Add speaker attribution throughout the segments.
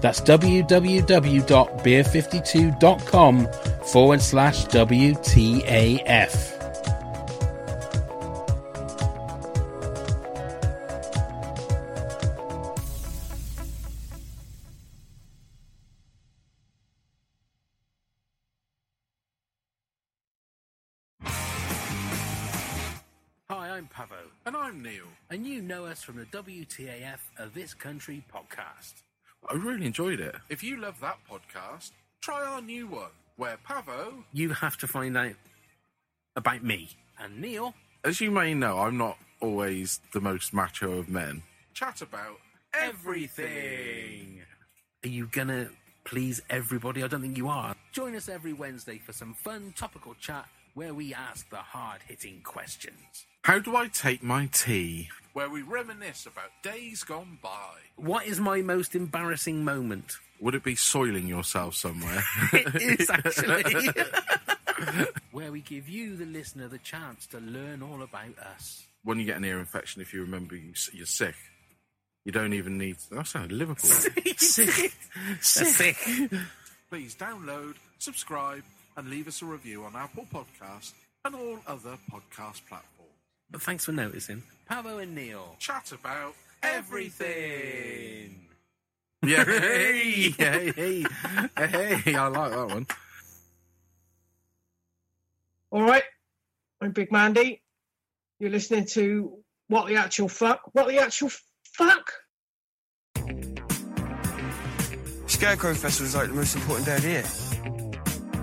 Speaker 1: That's www.beer52.com forward slash WTAF. and you know us from the WTAF of This Country podcast.
Speaker 2: I really enjoyed it.
Speaker 3: If you love that podcast, try our new one, where Pavo.
Speaker 1: You have to find out about me. And Neil.
Speaker 2: As you may know, I'm not always the most macho of men.
Speaker 3: Chat about
Speaker 1: everything. Are you gonna please everybody? I don't think you are. Join us every Wednesday for some fun topical chat where we ask the hard hitting questions.
Speaker 2: How do I take my tea?
Speaker 3: where we reminisce about days gone by.
Speaker 1: What is my most embarrassing moment?
Speaker 2: Would it be soiling yourself somewhere?
Speaker 1: it is actually. where we give you, the listener, the chance to learn all about us.
Speaker 2: When you get an ear infection, if you remember you- you're sick, you don't even need. That sounded Liverpool.
Speaker 1: Sick. Sick.
Speaker 3: Please download, subscribe, and leave us a review on Apple Podcasts and all other podcast platforms.
Speaker 1: But thanks for noticing. Pavo and Neil.
Speaker 3: Chat about everything.
Speaker 2: yeah, hey, hey, hey, hey, I like that one.
Speaker 4: All right. I'm Big Mandy. You're listening to What the Actual Fuck? What the Actual Fuck?
Speaker 5: Scarecrow Festival is like the most important day of the year.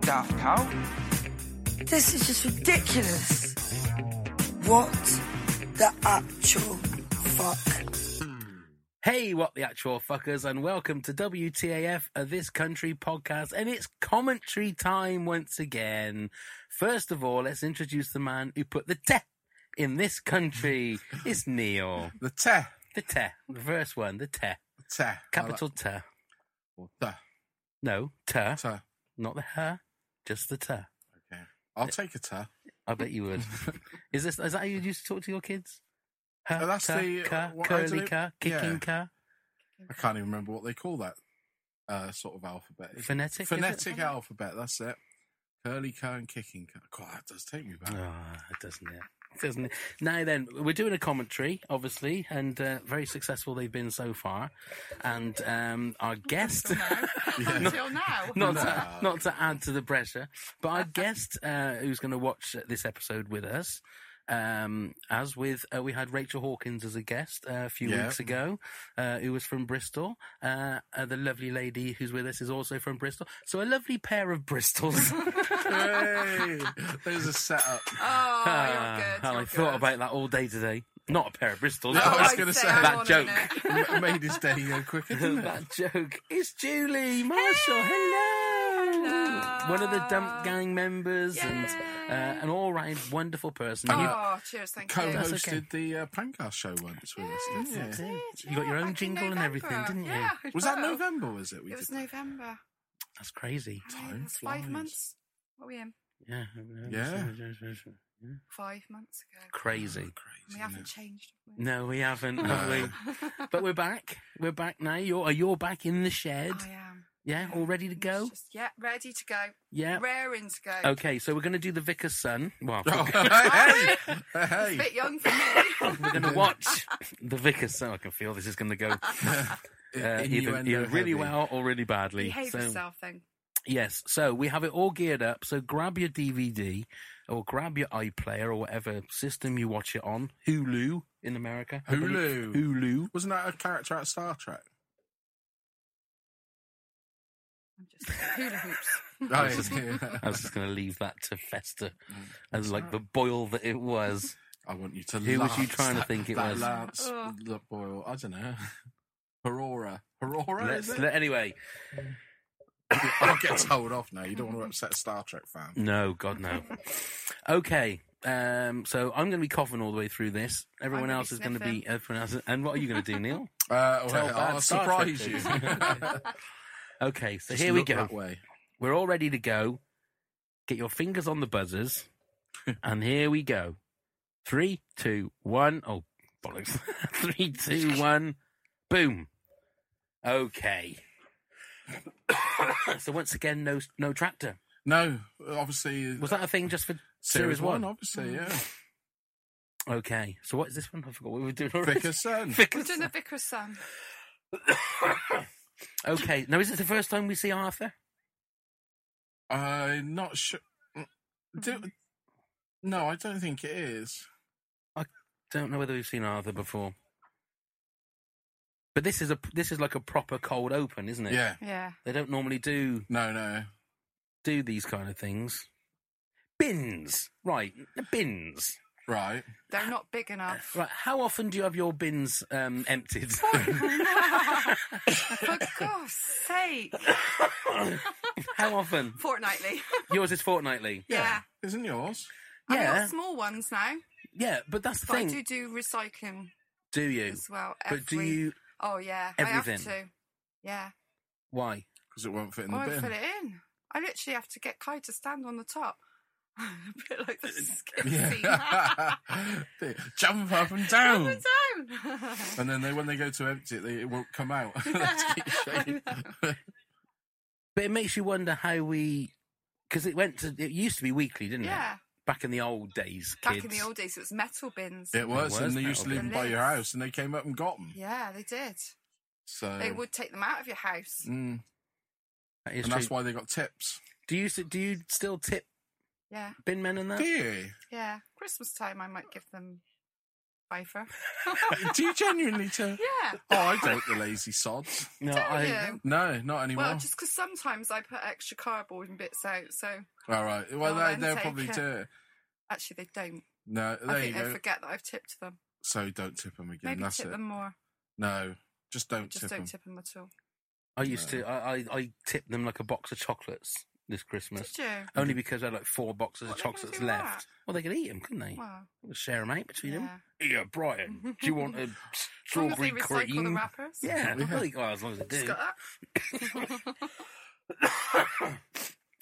Speaker 5: Daft Cow?
Speaker 6: This is just ridiculous. What the actual fuck?
Speaker 1: Hey, what the actual fuckers, and welcome to WTAF of uh, This Country podcast, and it's commentary time once again. First of all, let's introduce the man who put the te in this country. It's Neil.
Speaker 2: The te,
Speaker 1: The te, the first one, the te,
Speaker 2: the te, I
Speaker 1: capital te.
Speaker 2: like- the
Speaker 1: No, te,
Speaker 2: te.
Speaker 1: not the her, just the te.
Speaker 2: Okay, I'll take a te.
Speaker 1: I bet you would. is this is that how you used to talk to your kids? Her,
Speaker 2: Uh, that's
Speaker 1: te,
Speaker 2: the-
Speaker 1: ka,
Speaker 2: what I
Speaker 1: curly
Speaker 2: do-
Speaker 1: car,
Speaker 2: yeah.
Speaker 1: kicking car,
Speaker 2: I can't even remember what they call that uh, sort of alphabet. It's
Speaker 1: phonetic. is it?
Speaker 2: phonetic alphabet. That's it. Curly car and kicking car. God, that does take me back.
Speaker 1: Ah, doesn't it? Doesn't it? Now then, we're doing a commentary, obviously, and uh, very successful they've been so far. And um, our guest,
Speaker 7: until now.
Speaker 1: not to, not to add to the pressure, but our guest uh, who's going to watch this episode with us. Um, as with, uh, we had Rachel Hawkins as a guest uh, a few
Speaker 2: Yeah.
Speaker 1: weeks ago, uh, who was from Bristol. Uh, uh, the lovely lady who's with us is also from Bristol. So a lovely pair of Bristols.
Speaker 2: Hey, there's a setup.
Speaker 7: Oh,
Speaker 1: Ah,
Speaker 7: you're good.
Speaker 1: how
Speaker 7: you're
Speaker 1: I thought
Speaker 7: good.
Speaker 1: about that all day today. Not a pair of Bristols.
Speaker 2: No, I was
Speaker 7: I'd
Speaker 2: gonna say
Speaker 7: I'm
Speaker 1: that
Speaker 7: on it
Speaker 1: joke.
Speaker 7: now.
Speaker 2: M- made his day go quicker, didn't it?
Speaker 1: that joke. It's Julie Marshall. Hello.
Speaker 7: Hello.
Speaker 1: One of the Dump Gang members and uh, an all-round wonderful person. And you-
Speaker 7: Oh, cheers, thank you.
Speaker 1: That's
Speaker 2: Co-hosted
Speaker 1: okay.
Speaker 2: the uh, Pancast show once with us, didn't
Speaker 1: That's
Speaker 2: you?
Speaker 1: it. Oh.
Speaker 7: Did,
Speaker 1: You got your own
Speaker 7: yeah, Ah, back in
Speaker 1: jingle and everything,
Speaker 7: November.
Speaker 1: didn't you?
Speaker 7: Yeah. it
Speaker 2: Was that November? Was it? We
Speaker 7: It was
Speaker 2: did-
Speaker 7: November.
Speaker 1: That's crazy.
Speaker 7: I mean,
Speaker 2: Time
Speaker 7: it was five
Speaker 2: flies.
Speaker 7: months. What are we in?
Speaker 1: Yeah.
Speaker 2: Yeah. Oh,
Speaker 7: Five months ago.
Speaker 1: Crazy.
Speaker 7: We haven't changed. have we?
Speaker 1: No, we haven't, have we? But we're back. We're back now. You're you're back in the shed.
Speaker 7: I am.
Speaker 1: yeah, all ready to
Speaker 7: It's
Speaker 1: go.
Speaker 7: just- yeah, ready to go.
Speaker 1: Yeah.
Speaker 7: Raring to go.
Speaker 1: Okay, so we're going to do the Vicar's Son. Well,
Speaker 2: Oh, hey, hey,
Speaker 7: A
Speaker 2: hey,
Speaker 7: bit young for me.
Speaker 1: we're going to watch the Vicar's Son. I can feel this is going to go.
Speaker 8: uh, either,
Speaker 2: Innuendo
Speaker 8: either really
Speaker 2: heavy.
Speaker 8: well or really badly.
Speaker 7: Behave
Speaker 8: So-
Speaker 7: yourself then.
Speaker 8: Yes, so we have it all geared up. So grab your DVD or grab your iPlayer or whatever system you watch it on. Hulu in America. I believe.
Speaker 2: Hulu.
Speaker 8: Hulu.
Speaker 2: Wasn't that a character out of Star Trek?
Speaker 7: I'm just hula hoops.
Speaker 2: Right.
Speaker 8: I was just going to leave that to fester as like the boil that it was.
Speaker 2: I want you to.
Speaker 8: Who was
Speaker 2: lance
Speaker 8: you trying to
Speaker 2: that-
Speaker 8: think it
Speaker 2: that
Speaker 8: was?
Speaker 2: Lance
Speaker 7: Oh.
Speaker 2: the boil. I don't know. Aurora. Aurora. Is
Speaker 8: Let's,
Speaker 2: it?
Speaker 8: let- anyway,
Speaker 2: I'll get told off now. You don't want to upset Star Trek fan.
Speaker 8: no, God, no. Okay. Um, so I'm going to be coughing all the way through this. Everyone
Speaker 7: gonna be
Speaker 8: else is going to be.
Speaker 7: sniffing.
Speaker 8: Everyone else, and what are you going to do, Neil?
Speaker 2: Uh,
Speaker 8: Tell
Speaker 2: well,
Speaker 8: bad
Speaker 2: I'll
Speaker 8: Star Trek
Speaker 2: surprise you.
Speaker 8: people. Okay, so
Speaker 2: Just
Speaker 8: here we
Speaker 2: look
Speaker 8: go.
Speaker 2: That way.
Speaker 8: We're all ready to go. Get your fingers on the buzzers. and here we go. Three, two, one. Oh, bollocks. Three, two, one. Boom. Okay. so once again, no no tractor.
Speaker 2: No, obviously.
Speaker 8: Was that a thing just for
Speaker 2: series one? Obviously, yeah.
Speaker 7: Mm.
Speaker 8: Okay. So what is this one? I forgot what we were doing already.
Speaker 2: Thicker Sun.
Speaker 8: Thick
Speaker 7: We're
Speaker 8: as-
Speaker 7: doing the Vicar of Sun.
Speaker 8: okay. Now, is this the first time we see Arthur?
Speaker 2: I'm Uh, not sure. mm, Do,
Speaker 7: Mm.
Speaker 2: no, I don't think it is.
Speaker 8: Don't know whether we've seen Arthur before. But this is a this is like a proper cold open, isn't it?
Speaker 2: Yeah.
Speaker 7: Yeah.
Speaker 8: They don't normally do
Speaker 2: No, no.
Speaker 8: do these kind of things. Bins, right? the Bins,
Speaker 2: Right.
Speaker 7: They're not big enough.
Speaker 8: right? How often do you have your bins um, emptied?
Speaker 7: For God's sake.
Speaker 8: how often?
Speaker 7: Fortnightly.
Speaker 8: Yours is fortnightly.
Speaker 7: Yeah.
Speaker 2: Isn't yours?
Speaker 7: I've
Speaker 8: Yeah,
Speaker 7: got small ones now,
Speaker 8: yeah, but that's the
Speaker 7: but
Speaker 8: thing.
Speaker 7: I do do recycling
Speaker 8: do you?
Speaker 7: as well. Every,
Speaker 8: But do you?
Speaker 7: Oh, yeah. I have
Speaker 8: everything?
Speaker 7: to. Yeah. Oh,
Speaker 8: Why?
Speaker 2: Because it won't fit in the
Speaker 7: I won't
Speaker 2: bin.
Speaker 7: fill it in. I literally have to get Kai to stand on the top. a bit like the skip scene.
Speaker 2: Yeah. They Jump up and
Speaker 7: Up
Speaker 2: down.
Speaker 7: and down.
Speaker 2: And then they, when they go to empty it, they, it won't come out. They just keep shaking.
Speaker 8: But it makes you wonder how we, because it went to. It used to be weekly, didn't
Speaker 7: yeah.
Speaker 8: it? Back in the old days, kids.
Speaker 7: Back in the old days, it was metal bins.
Speaker 2: it was,
Speaker 8: was
Speaker 2: and they
Speaker 8: that
Speaker 2: used to
Speaker 8: old.
Speaker 2: leave them by your house, and they came up and got them.
Speaker 7: Yeah, they did.
Speaker 2: So,
Speaker 7: They would take them out of your house.
Speaker 2: Oh. Mm.
Speaker 8: That is
Speaker 2: and that's
Speaker 8: true.
Speaker 2: why they got tips.
Speaker 8: Do you s- do you still tip
Speaker 7: Yeah,
Speaker 8: bin men and that?
Speaker 2: Do you?
Speaker 7: yeah. Christmas time, I might give them fiver.
Speaker 2: Do you genuinely tell?
Speaker 7: yeah.
Speaker 2: Oh, I don't the lazy sods.
Speaker 8: no,
Speaker 7: do
Speaker 8: I.
Speaker 7: you?
Speaker 2: No, not anymore.
Speaker 7: Well, just because sometimes I put extra cardboard and bits out, so
Speaker 2: All right. Well,
Speaker 7: Go
Speaker 2: they,
Speaker 7: on,
Speaker 2: they'll
Speaker 7: take
Speaker 2: probably
Speaker 7: it.
Speaker 2: do it.
Speaker 7: actually they don't.
Speaker 2: No,
Speaker 7: I
Speaker 2: there you
Speaker 7: think they
Speaker 2: go.
Speaker 7: forget that I've tipped them.
Speaker 2: So don't tip them again.
Speaker 7: Maybe
Speaker 2: that's
Speaker 7: tip
Speaker 2: it.
Speaker 7: them more.
Speaker 2: No, just don't
Speaker 7: Just
Speaker 2: tip
Speaker 7: don't
Speaker 2: them.
Speaker 7: tip them at all.
Speaker 8: I used
Speaker 2: No.
Speaker 8: to. I, I I tipped them like a box of chocolates this Christmas.
Speaker 7: Did you?
Speaker 8: Only because I had like four boxes
Speaker 7: What,
Speaker 8: of
Speaker 7: they're gonna
Speaker 8: chocolates
Speaker 7: do
Speaker 8: left.
Speaker 7: that?
Speaker 8: Well, they could eat them, couldn't they?
Speaker 7: Wow.
Speaker 8: We'll share them out between them.
Speaker 7: Yeah.
Speaker 8: Yeah, Brian, do you want a
Speaker 7: As long as
Speaker 8: strawberry
Speaker 7: they recycle the
Speaker 8: cream?
Speaker 7: wrappers.
Speaker 8: Yeah,
Speaker 2: Yeah.
Speaker 8: really- well, as long as they
Speaker 7: Just
Speaker 8: do.
Speaker 7: got that.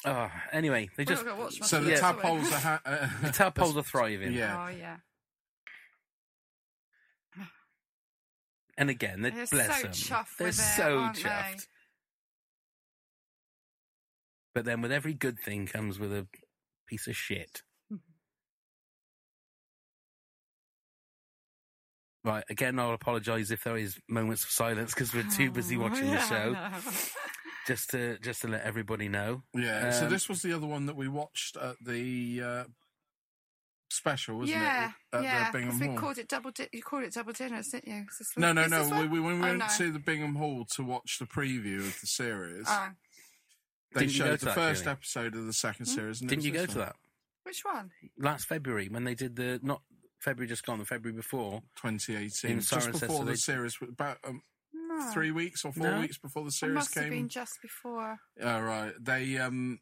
Speaker 8: Oh, anyway, they
Speaker 7: We're
Speaker 8: just
Speaker 7: not gonna watch much
Speaker 2: So
Speaker 7: of
Speaker 2: the
Speaker 8: Yeah.
Speaker 7: this, are we?
Speaker 2: tadpoles are. Ha- uh,
Speaker 8: the tadpoles are thriving.
Speaker 2: Yeah.
Speaker 7: Oh yeah.
Speaker 8: And again, they
Speaker 7: They're
Speaker 8: bless
Speaker 7: so
Speaker 8: them.
Speaker 7: chuffed
Speaker 8: they're
Speaker 7: with it,
Speaker 8: so
Speaker 7: aren't they?
Speaker 8: chuffed. But then, with every good thing comes with a piece of shit. Right, again, I'll apologise if there is moments of silence because we're too
Speaker 7: Oh,
Speaker 8: busy watching the show. Just to just to let everybody know.
Speaker 2: yeah. so
Speaker 8: Um,
Speaker 2: this was the other one that we watched at the uh, special, wasn't
Speaker 7: yeah,
Speaker 2: it? At
Speaker 7: yeah.
Speaker 2: the
Speaker 7: 'cause
Speaker 2: Bingham
Speaker 7: we
Speaker 2: Hall.
Speaker 7: called it double. Di- you called it double dinners, didn't you? Is this
Speaker 2: no,
Speaker 7: one-
Speaker 2: no,
Speaker 7: is
Speaker 2: no.
Speaker 7: this
Speaker 2: We,
Speaker 7: one?
Speaker 2: we, when we
Speaker 7: Oh,
Speaker 2: went
Speaker 7: no.
Speaker 2: to the Bingham Hall to watch the preview of the series,
Speaker 7: Oh,
Speaker 2: they
Speaker 8: Didn't you go
Speaker 2: showed
Speaker 8: to
Speaker 2: the
Speaker 8: that,
Speaker 2: first
Speaker 8: Julie?
Speaker 2: episode of the second
Speaker 7: Hmm?
Speaker 2: series. And it
Speaker 8: Didn't
Speaker 2: was
Speaker 8: you go
Speaker 2: this
Speaker 8: to
Speaker 2: one.
Speaker 8: that
Speaker 7: which one?
Speaker 8: last February when they did the not February just gone, the February before?
Speaker 2: 2018,
Speaker 8: In
Speaker 2: just
Speaker 8: Cirencester,
Speaker 2: before
Speaker 8: they-
Speaker 2: the series, about um,
Speaker 7: No.
Speaker 2: three weeks or four
Speaker 8: No.
Speaker 2: weeks before the
Speaker 7: It
Speaker 2: series
Speaker 7: Ah. must have
Speaker 2: came.
Speaker 7: been just before.
Speaker 2: All right. They um,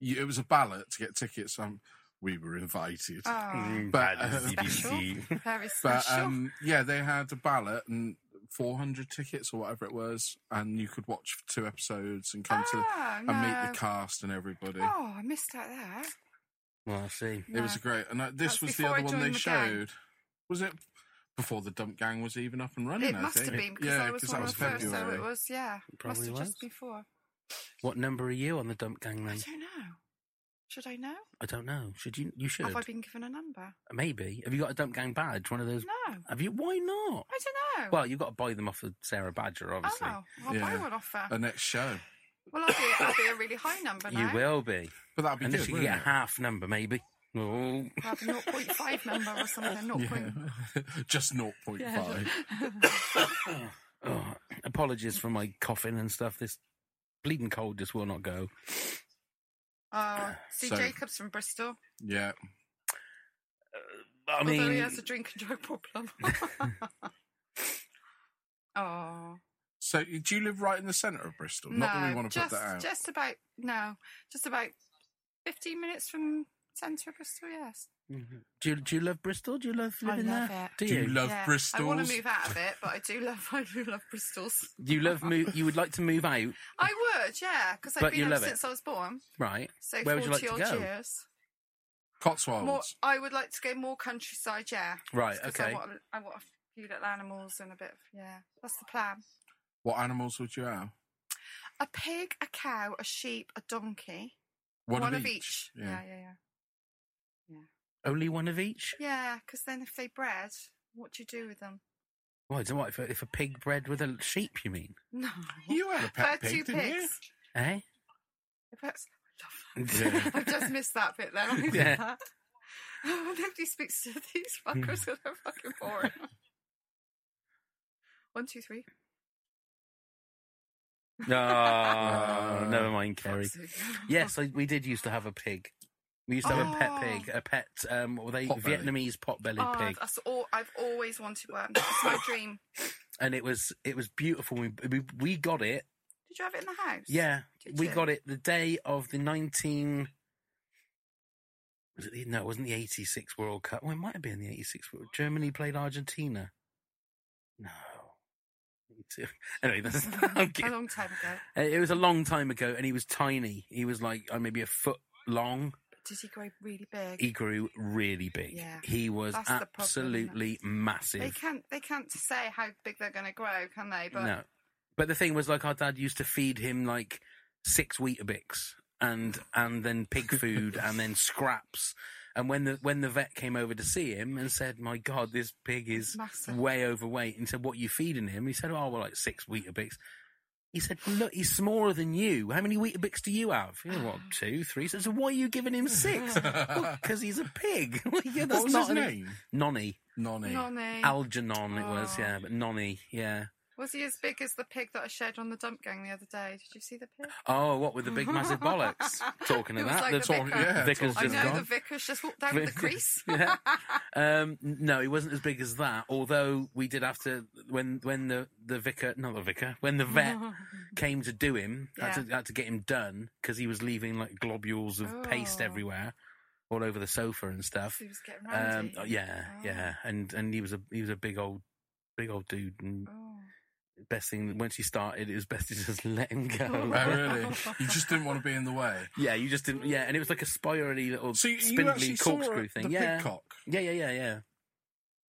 Speaker 2: you, it was a ballot to get tickets. Um, we were invited,
Speaker 7: Oh,
Speaker 2: but uh,
Speaker 7: special. Very special.
Speaker 2: Mm, but um, yeah, they had a ballot and 400 tickets or whatever it was, and you could watch two episodes and come to
Speaker 7: Ah,
Speaker 2: and meet
Speaker 7: no.
Speaker 2: the cast and everybody.
Speaker 7: oh, I missed out there.
Speaker 8: Well, I see.
Speaker 2: It was great, and uh, this
Speaker 7: That's
Speaker 2: was the
Speaker 7: before I
Speaker 2: other one they
Speaker 7: joined the gang.
Speaker 2: showed. Was it? Before the dump gang was even up and running,
Speaker 7: It
Speaker 2: I
Speaker 7: must
Speaker 2: think.
Speaker 7: have been because
Speaker 2: yeah,
Speaker 7: I was
Speaker 2: because
Speaker 7: one
Speaker 2: that
Speaker 7: of
Speaker 2: was
Speaker 7: the first, so
Speaker 2: February.
Speaker 7: it was yeah.
Speaker 8: Probably
Speaker 7: must have
Speaker 8: was.
Speaker 7: just before.
Speaker 8: What number are you on the dump gang
Speaker 7: I
Speaker 8: then?
Speaker 7: don't know. Should I know?
Speaker 8: I don't know. Should you? You should.
Speaker 7: Have I been given a number?
Speaker 8: Maybe. Have you got a Dump Gang badge? One of those?
Speaker 7: No.
Speaker 8: Have you? Why not?
Speaker 7: I don't know.
Speaker 8: Well, you've got to buy them off of Sarah Badger, obviously.
Speaker 7: oh, I'll
Speaker 2: Yeah.
Speaker 7: buy one off her.
Speaker 2: Our next show.
Speaker 7: Well, I'll be, I'll be a really high number now.
Speaker 8: You will be.
Speaker 2: But that'd be
Speaker 8: Unless
Speaker 2: good.
Speaker 8: you can get a
Speaker 2: wouldn't
Speaker 8: half number, maybe. Oh.
Speaker 7: I'll have a 0.5 number or something. 0. point-
Speaker 2: it? Yeah. Just 0.5.
Speaker 8: Oh, apologies for my coughing and stuff. This bleeding cold just will not go.
Speaker 7: Oh, see,
Speaker 2: So-
Speaker 7: Jacob's from Bristol.
Speaker 2: Yeah.
Speaker 8: I
Speaker 7: although he
Speaker 8: mean,
Speaker 7: has a drink and drug problem. oh.
Speaker 2: So do you live right in the centre of Bristol?
Speaker 7: No,
Speaker 2: Not that we want to
Speaker 7: just,
Speaker 2: put that out.
Speaker 7: just about, no, just about 15 minutes from centre of Bristol, yes.
Speaker 8: do you, do you love Bristol? Do you love
Speaker 7: I
Speaker 8: living
Speaker 7: love
Speaker 8: there?
Speaker 7: it.
Speaker 8: Do
Speaker 2: do
Speaker 8: you?
Speaker 2: you love
Speaker 7: Yeah,
Speaker 2: Bristol?
Speaker 7: I want to move out of it, but I do love, I do love Bristol's.
Speaker 8: you love mo- You would like to move out,
Speaker 7: I would, yeah, because I've
Speaker 8: But you
Speaker 7: been here
Speaker 8: love it.
Speaker 7: since I was born.
Speaker 8: right?
Speaker 7: So
Speaker 8: Where
Speaker 7: 40
Speaker 8: would you like to
Speaker 7: odd
Speaker 8: go?
Speaker 7: years.
Speaker 2: Cotswolds.
Speaker 7: More, I would like to go more countryside, yeah.
Speaker 8: Right,
Speaker 7: 'Cause
Speaker 8: okay.
Speaker 7: I want, I want a few little animals and a bit of, yeah. That's the plan.
Speaker 2: What animals would you have?
Speaker 7: A pig, a cow, a sheep, a donkey.
Speaker 2: One,
Speaker 7: of, each.
Speaker 2: Yeah.
Speaker 7: yeah, yeah, yeah.
Speaker 8: Only one of each.
Speaker 7: Yeah, because then if they bred, what do you do with them?
Speaker 8: Why? do what if a, if a pig bred with a sheep? You mean?
Speaker 7: No.
Speaker 2: You had a
Speaker 7: I
Speaker 2: pet
Speaker 7: had two
Speaker 2: pig, didn't you?
Speaker 7: pigs.
Speaker 8: Eh?
Speaker 7: The pets- I love that.
Speaker 8: Yeah.
Speaker 7: I've just missed that bit then. I'll
Speaker 8: Yeah. Mm.
Speaker 7: yeah. that. Oh, nobody speaks to these fuckers because they're fucking boring. One, two, three.
Speaker 8: No, Oh, never mind, Kerry.
Speaker 7: Fuck's sake.
Speaker 8: Yes, I, we did used to have a pig. We used to have a pet
Speaker 7: Oh.
Speaker 8: pig, a pet um, what were they
Speaker 2: Potbelly.
Speaker 8: Vietnamese potbelly
Speaker 7: Oh,
Speaker 8: pig,
Speaker 7: that's all, I've always wanted one. It's my dream.
Speaker 8: and it was it was beautiful. We we, we got it.
Speaker 7: Did you have it in the house?
Speaker 8: Yeah,
Speaker 7: Did
Speaker 8: we
Speaker 7: you?
Speaker 8: got it the day of the nineteen. Was it the, no? It wasn't the eighty-six World Cup. Well, it might have been the eighty-six. World Germany played Argentina. No. 82. Anyway, that's I'm
Speaker 7: A
Speaker 8: kidding.
Speaker 7: long time ago.
Speaker 8: Uh, It was a long time ago, and he was tiny. He was like uh, maybe a foot long.
Speaker 7: Did he grow really big?
Speaker 8: He grew really big.
Speaker 7: Yeah.
Speaker 8: He was
Speaker 7: That's the problem,
Speaker 8: absolutely
Speaker 7: they
Speaker 8: massive.
Speaker 7: can't. They can't say how big they're going to grow, can they? But
Speaker 8: No, but the thing was, like our dad used to feed him like six Weetabix and and then pig food and then scraps. And when the when the vet came over to see him and said, "My God, this pig is
Speaker 7: Massive.
Speaker 8: way overweight," and said, "What are you feeding him?" He said, "Oh, well, like six Weetabix." He said, well, "Look, he's smaller than you. How many Weetabix do you have? You know, what, two, three? So, so why are you giving him six? Because he's a pig. Well, yeah, that's
Speaker 2: What was his
Speaker 8: not an-
Speaker 2: name?
Speaker 8: Nonny.
Speaker 2: Nonny.
Speaker 7: Nonny.
Speaker 8: Algernon, it was,
Speaker 7: Oh.
Speaker 8: yeah, but Nonny, yeah.
Speaker 7: Was he as big as the pig that I shared on the dump gang the other day? Did you see the pig?
Speaker 8: Oh, what with the big massive bollocks? Talking
Speaker 7: It
Speaker 8: of
Speaker 7: was
Speaker 8: that,
Speaker 7: like
Speaker 8: the
Speaker 7: the
Speaker 8: talk-
Speaker 7: vicar.
Speaker 2: Yeah,
Speaker 8: vicar's
Speaker 7: I
Speaker 8: just
Speaker 7: know the
Speaker 8: gone.
Speaker 7: vicar's just walked down with the crease.
Speaker 8: yeah. Um, no, he wasn't as big as that. Although we did have to when when the the vicar, not the vicar, when the vet came to do him, had, to,
Speaker 7: Yeah.
Speaker 8: had to get him done because he was leaving like globules of paste
Speaker 7: Oh.
Speaker 8: everywhere, all over the sofa and stuff.
Speaker 7: he was getting
Speaker 8: Um,
Speaker 7: randy.
Speaker 8: oh, yeah,
Speaker 7: Oh.
Speaker 8: yeah, and and he was a he was a big old big old dude and
Speaker 7: Oh.
Speaker 8: best thing once you started it was best to just let him go
Speaker 2: Oh, really? You just didn't want to be in the way.
Speaker 8: Yeah, you just didn't. Yeah, and it was like a spirally little
Speaker 2: So you, you
Speaker 8: spindly
Speaker 2: actually saw
Speaker 8: corkscrew
Speaker 2: it,
Speaker 8: thing.
Speaker 2: the
Speaker 8: yeah.
Speaker 2: pig cock,
Speaker 8: yeah, yeah, yeah, yeah.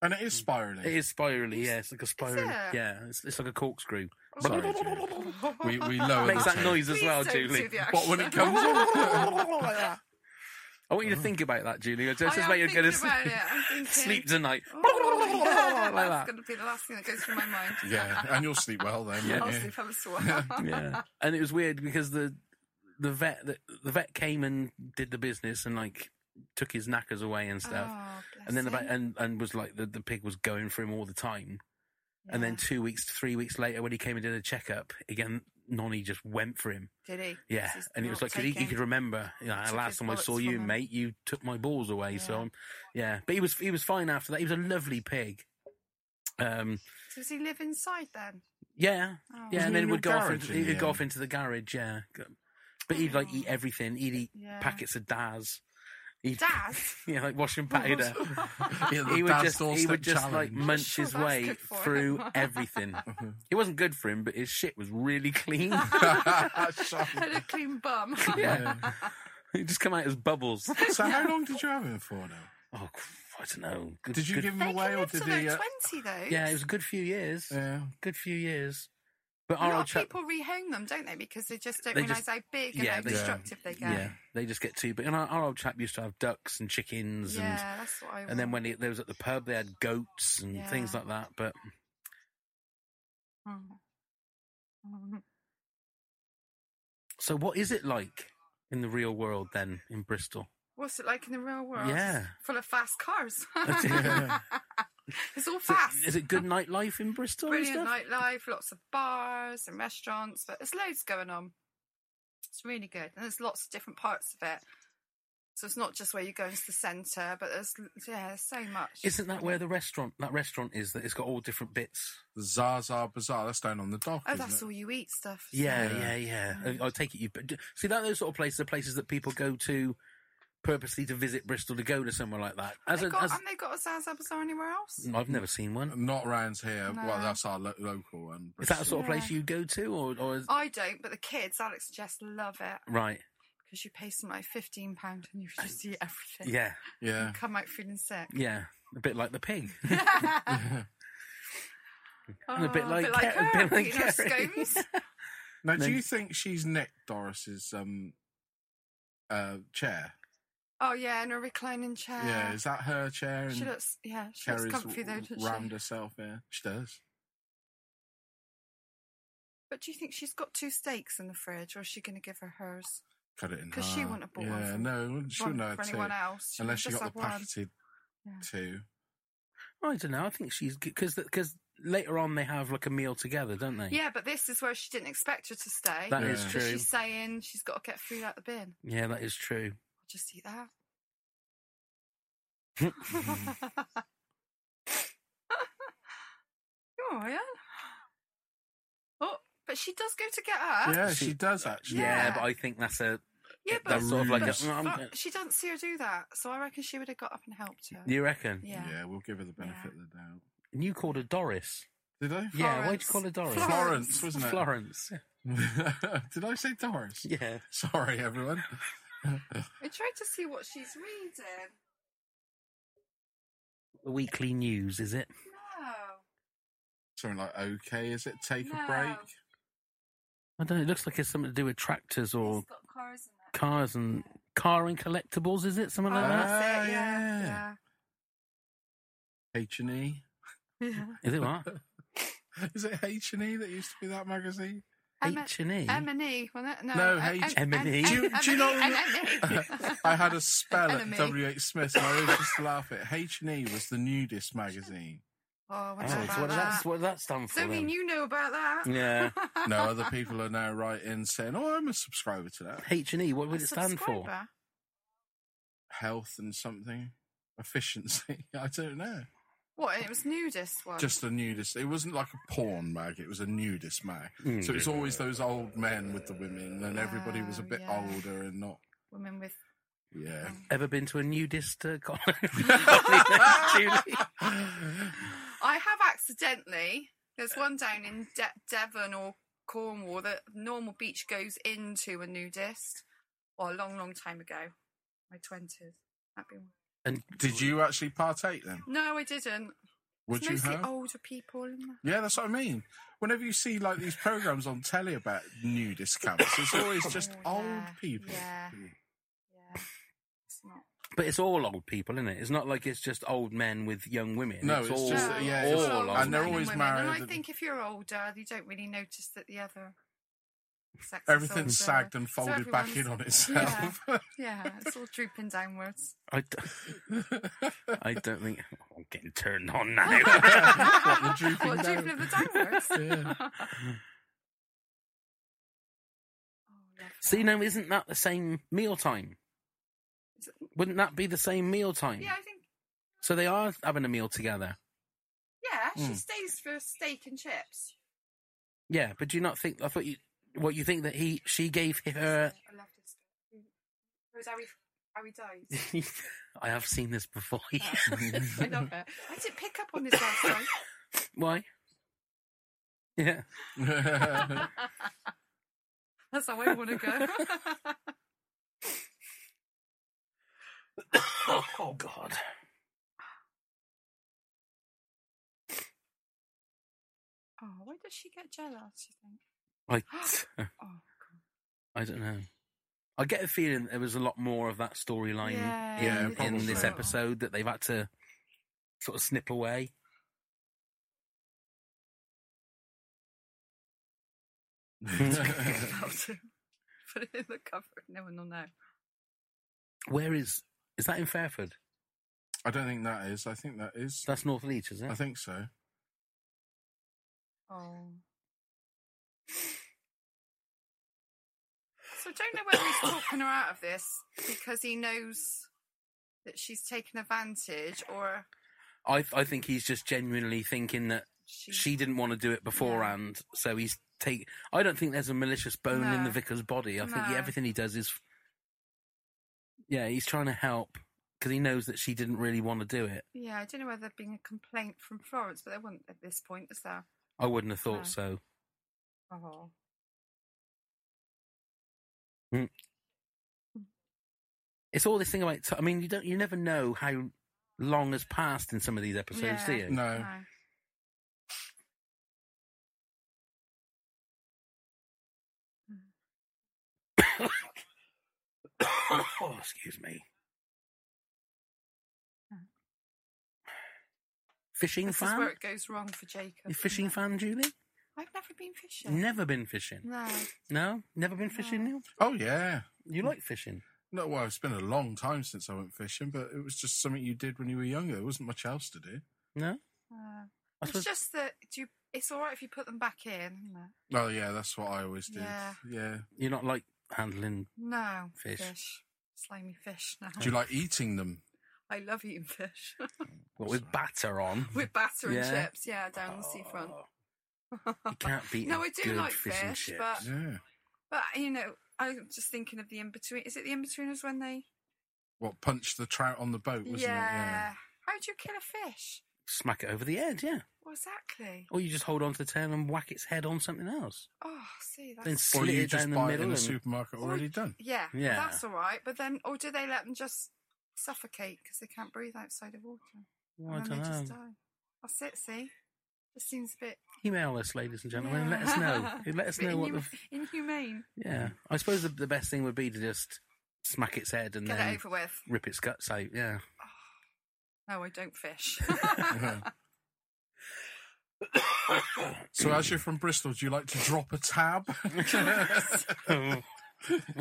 Speaker 2: and it is spirally.
Speaker 8: It is spirally. Yeah, it's like a spiral.
Speaker 7: it? Oh.
Speaker 8: Yeah, it's, it's like a corkscrew.
Speaker 2: Sorry,
Speaker 8: Sorry,
Speaker 2: Julie. we we lower
Speaker 8: Makes
Speaker 2: the
Speaker 8: that
Speaker 2: tone.
Speaker 8: noise as
Speaker 7: Please
Speaker 8: well,
Speaker 7: don't
Speaker 8: Julie.
Speaker 7: do the
Speaker 2: But when it
Speaker 7: accent.
Speaker 2: comes,
Speaker 8: I want you to think about that, Julie. Just, just
Speaker 7: I am
Speaker 8: where you're
Speaker 7: thinking
Speaker 8: going
Speaker 7: about
Speaker 8: to
Speaker 7: it. I'm thinking,
Speaker 8: sleep tonight.
Speaker 7: oh, yeah,
Speaker 8: like
Speaker 7: that's
Speaker 8: that.
Speaker 7: going to be the last thing that goes through my mind.
Speaker 2: yeah, and you'll sleep well then.
Speaker 7: I'll
Speaker 2: won't you?
Speaker 7: sleep ever so well.
Speaker 8: yeah. And it was weird because the the vet the, the vet came and did the business and like took his knackers away and stuff.
Speaker 7: Oh, bless
Speaker 8: and then about
Speaker 7: him.
Speaker 8: and and was like the, the pig was going for him all the time. And then
Speaker 7: Yeah.
Speaker 8: two weeks, three weeks later, when he came and did a checkup again, Nonny just went for him.
Speaker 7: Did he?
Speaker 8: Yeah,
Speaker 7: This is
Speaker 8: and it was
Speaker 7: not
Speaker 8: like 'cause he, he
Speaker 7: taken.
Speaker 8: could remember. You know,
Speaker 7: Took
Speaker 8: last
Speaker 7: his
Speaker 8: time I saw
Speaker 7: bullets
Speaker 8: you,
Speaker 7: from him.
Speaker 8: mate, you took my balls away. So
Speaker 7: Yeah.
Speaker 8: I'm, yeah, but he was he was fine after that. He was a lovely pig. Um,
Speaker 7: So Does he live inside then?
Speaker 8: yeah,
Speaker 7: Oh.
Speaker 8: yeah,
Speaker 2: Wasn't
Speaker 8: and
Speaker 2: he
Speaker 8: then
Speaker 2: in
Speaker 8: would
Speaker 2: your
Speaker 8: go off
Speaker 2: garage
Speaker 8: into
Speaker 2: in the
Speaker 8: he'd go
Speaker 2: end?
Speaker 8: off into the garage. Yeah, but he'd like eat everything. He'd eat
Speaker 7: Yeah.
Speaker 8: packets of Daz. He'd,
Speaker 7: Daz?
Speaker 8: yeah, like washing powder.
Speaker 2: Yeah, the
Speaker 8: he would
Speaker 2: dad's
Speaker 8: just he
Speaker 2: doorstep
Speaker 8: would just like
Speaker 2: challenge. Mm-hmm.
Speaker 8: munch
Speaker 7: Sure,
Speaker 8: his
Speaker 7: that's
Speaker 8: way
Speaker 7: good for
Speaker 8: through
Speaker 7: him.
Speaker 8: everything. it wasn't good for him, but his shit was really clean.
Speaker 7: Had a clean bum.
Speaker 8: yeah, he just come out as bubbles.
Speaker 2: so how long did you have him for now?
Speaker 8: Oh, cr- I don't know. Good-
Speaker 2: Did you
Speaker 8: good-
Speaker 2: give him
Speaker 7: They
Speaker 2: away
Speaker 8: uh,
Speaker 7: can
Speaker 2: or
Speaker 7: live
Speaker 2: did
Speaker 7: till
Speaker 2: he?
Speaker 7: they're
Speaker 2: Uh,
Speaker 7: 20 though.
Speaker 8: Yeah, it was a good few years.
Speaker 2: yeah.
Speaker 8: Good few years. But
Speaker 7: A lot
Speaker 8: R.L.
Speaker 7: of
Speaker 8: Chap-
Speaker 7: people rehome them, don't they? Because they just don't
Speaker 8: They
Speaker 7: realise
Speaker 8: just-
Speaker 7: how big and
Speaker 8: yeah,
Speaker 7: how
Speaker 8: they-
Speaker 7: destructive they
Speaker 8: yeah.
Speaker 7: get. Yeah,
Speaker 8: they just get too big. And our, our old chap used to have ducks and chickens,
Speaker 7: that's what I.
Speaker 8: and and then when he, they was at the pub, they had goats and
Speaker 7: Yeah.
Speaker 8: things like that. But
Speaker 7: want. Mm.
Speaker 8: so, what is it like in the real world then in Bristol?
Speaker 7: What's it like in the real world?
Speaker 8: Yeah.
Speaker 7: Full of fast cars.
Speaker 8: Yeah.
Speaker 7: it's all
Speaker 8: Is it-
Speaker 7: fast.
Speaker 8: Is it good nightlife in Bristol? and
Speaker 7: Brilliant
Speaker 8: stuff?
Speaker 7: nightlife, lots of bars and restaurants, but there's loads going on. It's really good, and there's lots of different parts of it. So it's not just where you go into the centre, but there's yeah, there's so much.
Speaker 8: Isn't that where the restaurant that restaurant is that it's got all different bits?
Speaker 2: The Zaza Bazaar. That's down on the dock.
Speaker 7: oh,
Speaker 2: isn't
Speaker 7: that's
Speaker 2: it?
Speaker 7: all you eat stuff. isn't
Speaker 8: Yeah,
Speaker 7: it?
Speaker 8: yeah, yeah. I, I take it you but d- see that those sort of places are places that people go to purposely to visit Bristol to go to somewhere like that. As,
Speaker 7: They
Speaker 8: a,
Speaker 7: got,
Speaker 8: as
Speaker 7: haven't they got a Zaza Bazaar anywhere else?
Speaker 8: I've never seen one.
Speaker 2: Not round here.
Speaker 7: No.
Speaker 2: Well, that's our lo- local one.
Speaker 8: Is that the
Speaker 2: Bristol.
Speaker 8: sort of place you go to, or or is,
Speaker 7: I don't, but the kids, Alex, just love it
Speaker 8: right?
Speaker 7: because you pay something like fifteen pound and you just eat everything.
Speaker 8: Yeah,
Speaker 2: Yeah.
Speaker 7: You come out feeling sick.
Speaker 8: yeah. A bit like the pig.
Speaker 7: Oh,
Speaker 8: a bit like Ke- a
Speaker 7: her,
Speaker 8: bit like
Speaker 7: eating her
Speaker 8: Kerry.
Speaker 7: scones.
Speaker 2: Now,
Speaker 8: No.
Speaker 2: do you think she's nicked Doris's um, uh, chair?
Speaker 7: Oh yeah, in a reclining chair.
Speaker 2: yeah, is that her chair?
Speaker 7: Uh, She
Speaker 2: And
Speaker 7: looks, yeah, she
Speaker 2: Kerry's
Speaker 7: looks comfy though,
Speaker 2: w-
Speaker 7: doesn't
Speaker 2: rammed
Speaker 7: she?
Speaker 2: herself in. She does.
Speaker 7: But do you think she's got two steaks in the fridge, or is she going to give her hers?
Speaker 2: Cut it in half.
Speaker 7: Because she wouldn't have bought
Speaker 2: yeah,
Speaker 7: one for-
Speaker 2: no, she
Speaker 7: One
Speaker 2: wouldn't have
Speaker 7: for
Speaker 2: had two.
Speaker 7: anyone else. She
Speaker 2: Unless
Speaker 7: would
Speaker 2: she
Speaker 7: just
Speaker 2: got the
Speaker 7: have one.
Speaker 2: packeted
Speaker 7: Yeah.
Speaker 2: two.
Speaker 8: I don't know. I think she's because because later on they have like a meal together, don't they?
Speaker 7: Yeah, but this is where she didn't expect her to stay.
Speaker 8: that is
Speaker 2: Yeah.
Speaker 7: because
Speaker 8: true.
Speaker 7: She's saying she's got to get food out the bin. I'll
Speaker 8: Yeah, that is true.
Speaker 7: just eat that. You're all right, Anne. Oh, but she does go to get her.
Speaker 2: Yeah,
Speaker 8: She-
Speaker 2: she does actually.
Speaker 8: Yeah,
Speaker 7: Oh, Yeah.
Speaker 8: but I think that's a
Speaker 7: Yeah, but
Speaker 8: that's sort of like a,
Speaker 7: but she,
Speaker 8: Mm,
Speaker 7: but she doesn't see her do that, so I reckon she would have got up and helped her.
Speaker 8: you reckon?
Speaker 7: Yeah.
Speaker 2: Yeah, we'll give her the benefit of the doubt.
Speaker 8: And you called her Doris.
Speaker 2: Did I?
Speaker 8: Yeah, why'd you
Speaker 7: Florence.
Speaker 8: call her Doris?
Speaker 7: Florence.
Speaker 2: Florence, wasn't it?
Speaker 8: Florence.
Speaker 2: Did I say Doris?
Speaker 8: Yeah.
Speaker 2: Sorry, everyone.
Speaker 7: I tried to see what she's reading.
Speaker 8: The weekly news, is it?
Speaker 7: No.
Speaker 2: Something like, okay, is it? Take
Speaker 7: No.
Speaker 2: a break?
Speaker 8: I don't know. It looks like it's something to do with tractors or
Speaker 7: It's got cars in it.
Speaker 8: cars and car and collectibles, is it? Something
Speaker 7: Oh,
Speaker 8: like that?
Speaker 7: that's
Speaker 2: Ah,
Speaker 7: it, yeah.
Speaker 2: yeah. H&E?
Speaker 7: yeah.
Speaker 8: Is it what?
Speaker 2: E? Is it H&E that used to be that magazine?
Speaker 7: M-
Speaker 8: H&E?
Speaker 7: M&E, wasn't it? No,
Speaker 2: No,
Speaker 7: M-
Speaker 2: H-
Speaker 7: M-
Speaker 8: M&E.
Speaker 7: M-
Speaker 2: Do you- do you know-
Speaker 7: M&E.
Speaker 2: I had a spell at
Speaker 7: Enemy.
Speaker 2: W.H. Smith and I always just laugh at H&E was the nudist magazine.
Speaker 7: Oh, I
Speaker 8: Oh,
Speaker 7: wonder
Speaker 8: so
Speaker 7: about
Speaker 8: what,
Speaker 7: that.
Speaker 8: that's what that stand for
Speaker 7: So
Speaker 8: then.
Speaker 7: mean you know about that.
Speaker 8: Yeah.
Speaker 2: No, other people are now writing saying, oh, I'm a subscriber to that.
Speaker 8: H&E, E, what would it stand for?
Speaker 7: Subscriber.
Speaker 2: Health and something. Efficiency. I don't know.
Speaker 7: What? It was nudist one.
Speaker 2: Just a nudist. It wasn't like a porn mag. It was a nudist mag.
Speaker 8: Mm.
Speaker 2: So it's always those old men with the women, and everybody was a
Speaker 7: Oh,
Speaker 2: bit
Speaker 7: yeah. Um,
Speaker 2: older and not.
Speaker 7: women with.
Speaker 2: Yeah.
Speaker 8: Ever been to a nudist uh, colony? Julie?
Speaker 7: I have accidentally. There's one down in De- Devon or Cornwall that normal beach goes into a nudist. Well, a long, long time ago, my twenties. That'd be.
Speaker 8: And
Speaker 2: Did you actually partake then?
Speaker 7: No, I didn't.
Speaker 2: Would
Speaker 7: it's
Speaker 2: you
Speaker 7: mostly
Speaker 2: have?
Speaker 7: older people. In there.
Speaker 2: Yeah, that's what I mean. Whenever you see like these programs on telly about nudist camps, it's always just
Speaker 7: Oh,
Speaker 2: old
Speaker 7: yeah,
Speaker 2: people.
Speaker 7: Yeah. Yeah. It's not.
Speaker 8: But it's all old people, isn't it? It's not like it's just old men with young women.
Speaker 2: No,
Speaker 8: it's,
Speaker 2: it's
Speaker 8: all,
Speaker 2: just- yeah,
Speaker 8: all
Speaker 2: it's
Speaker 7: Well,
Speaker 2: old.
Speaker 8: old
Speaker 2: And they're
Speaker 8: men.
Speaker 7: men
Speaker 2: always
Speaker 7: women, And
Speaker 2: married
Speaker 7: I
Speaker 2: and-
Speaker 7: think if you're older, you don't really notice that the other sex is older.
Speaker 2: Everything's sagged and
Speaker 7: So
Speaker 2: folded back in
Speaker 7: everyone's-
Speaker 2: on itself.
Speaker 7: Yeah, yeah, it's all drooping downwards.
Speaker 8: I, d- I don't think oh, I'm getting turned on now.
Speaker 2: What, the drooping
Speaker 7: What,
Speaker 2: down?
Speaker 7: drooping of the downwards?
Speaker 2: Yeah.
Speaker 8: See, now isn't that the same meal time?
Speaker 7: Is it-
Speaker 8: Wouldn't that be the same meal time?
Speaker 7: Yeah, I think.
Speaker 8: So they are having a meal together.
Speaker 7: Yeah, she
Speaker 2: Mm.
Speaker 7: stays for steak and chips.
Speaker 8: Yeah, but do you not think? I thought you. What you think that he she gave her?
Speaker 7: I love this. Where's Harry? Harry dies.
Speaker 8: I have seen this before.
Speaker 7: I love it. I didn't pick up on this last time.
Speaker 8: Why? Yeah.
Speaker 2: Uh-huh.
Speaker 7: That's how I want to go.
Speaker 8: oh God.
Speaker 7: Oh, why does she get jealous? You think?
Speaker 8: I,
Speaker 7: Oh,
Speaker 8: I don't know. I get a feeling there was a lot more of that storyline
Speaker 7: Yeah,
Speaker 2: Yeah,
Speaker 8: in, in this
Speaker 2: probably.
Speaker 8: episode that they've had to sort of snip away.
Speaker 7: about it. Put it in the cover. No one will know.
Speaker 8: Where is is that in Fairford?
Speaker 2: I don't think that is. I think that is.
Speaker 8: That's North Leach, is it?
Speaker 2: I think so.
Speaker 7: Oh. So I don't know whether he's talking her out of this because he knows that she's taken advantage or
Speaker 8: I I think he's just genuinely thinking that
Speaker 7: she.
Speaker 8: she didn't want to do it beforehand, so he's take. I don't think there's a malicious bone in
Speaker 7: No.
Speaker 8: the vicar's body. I think
Speaker 7: No.
Speaker 8: he, everything he does is, yeah, he's trying to help because he knows that she didn't really want to do it.
Speaker 7: Yeah, I don't know whether there'd been a complaint from Florence, but there wasn't at this point, is there?
Speaker 8: I wouldn't have thought
Speaker 7: No.
Speaker 8: so.
Speaker 7: Oh.
Speaker 8: It's all this thing about. T- I mean, you don't. You never know how long has passed in some of these episodes, do
Speaker 7: Yeah.
Speaker 8: you?
Speaker 2: No.
Speaker 8: oh, excuse me. Fishing
Speaker 7: This is
Speaker 8: fan?
Speaker 7: where it goes wrong for Jacob.
Speaker 8: You
Speaker 7: isn't
Speaker 8: fishing
Speaker 7: it?
Speaker 8: fan, Julie?
Speaker 7: I've never been fishing.
Speaker 8: Never been fishing.
Speaker 7: No.
Speaker 8: No, never been fishing. Neil.
Speaker 2: Oh yeah.
Speaker 8: You
Speaker 7: Mm.
Speaker 8: like fishing?
Speaker 2: No, well, it's been a long time since I went fishing, but it was just something you did when you were younger. There wasn't much else to do.
Speaker 8: No.
Speaker 7: Uh,
Speaker 8: I
Speaker 7: it's
Speaker 8: suppose
Speaker 7: just that do you, it's all right if you put them back in, isn't it?
Speaker 2: Oh yeah, that's what I always did. Yeah.
Speaker 7: Yeah.
Speaker 8: you're not like handling.
Speaker 7: No.
Speaker 8: Fish.
Speaker 7: Slimy fish now.
Speaker 2: Do you like eating them?
Speaker 7: I love eating fish.
Speaker 8: What with batter on?
Speaker 7: With batter and
Speaker 8: Yeah. Oh.
Speaker 7: chips, yeah, down the seafront.
Speaker 8: You can't beat.
Speaker 7: No,
Speaker 8: a
Speaker 7: I do
Speaker 8: good
Speaker 7: like
Speaker 8: fish, and
Speaker 7: fish,
Speaker 8: chips.
Speaker 7: but-
Speaker 2: Yeah.
Speaker 7: But you know, I'm just thinking of the in between. Is it the in betweeners when they?
Speaker 2: What punched the trout on the boat, wasn't
Speaker 7: yeah. How do you kill a fish?
Speaker 8: smack it over the edge, yeah.
Speaker 7: Well, exactly.
Speaker 8: Or you just hold on to the tail and whack its head on something else.
Speaker 7: Oh, see that's. Oh,
Speaker 8: Then
Speaker 2: it? Or
Speaker 8: slit
Speaker 2: you
Speaker 8: it
Speaker 2: just
Speaker 8: down the
Speaker 2: buy it
Speaker 8: middle.
Speaker 2: in a
Speaker 8: and-
Speaker 2: supermarket already done.
Speaker 7: yeah,
Speaker 8: Yeah.
Speaker 7: that's all right. But then, or do they let them just suffocate because they can't breathe outside of water?
Speaker 8: Well, I
Speaker 7: and then
Speaker 8: don't
Speaker 7: they
Speaker 8: know.
Speaker 7: just die. That's it. See, just seems a bit.
Speaker 8: Email us, ladies and gentlemen. and Let
Speaker 7: Yeah.
Speaker 8: us know. Let us
Speaker 7: Bit
Speaker 8: know what the
Speaker 7: inhum- inhumane.
Speaker 8: Yeah, I suppose the, the best thing would be to just smack its head and
Speaker 7: Get
Speaker 8: then
Speaker 7: it over with.
Speaker 8: rip its guts out. Yeah.
Speaker 7: No, I don't fish.
Speaker 2: So, as you're from Bristol, do you like to drop a tab?
Speaker 8: what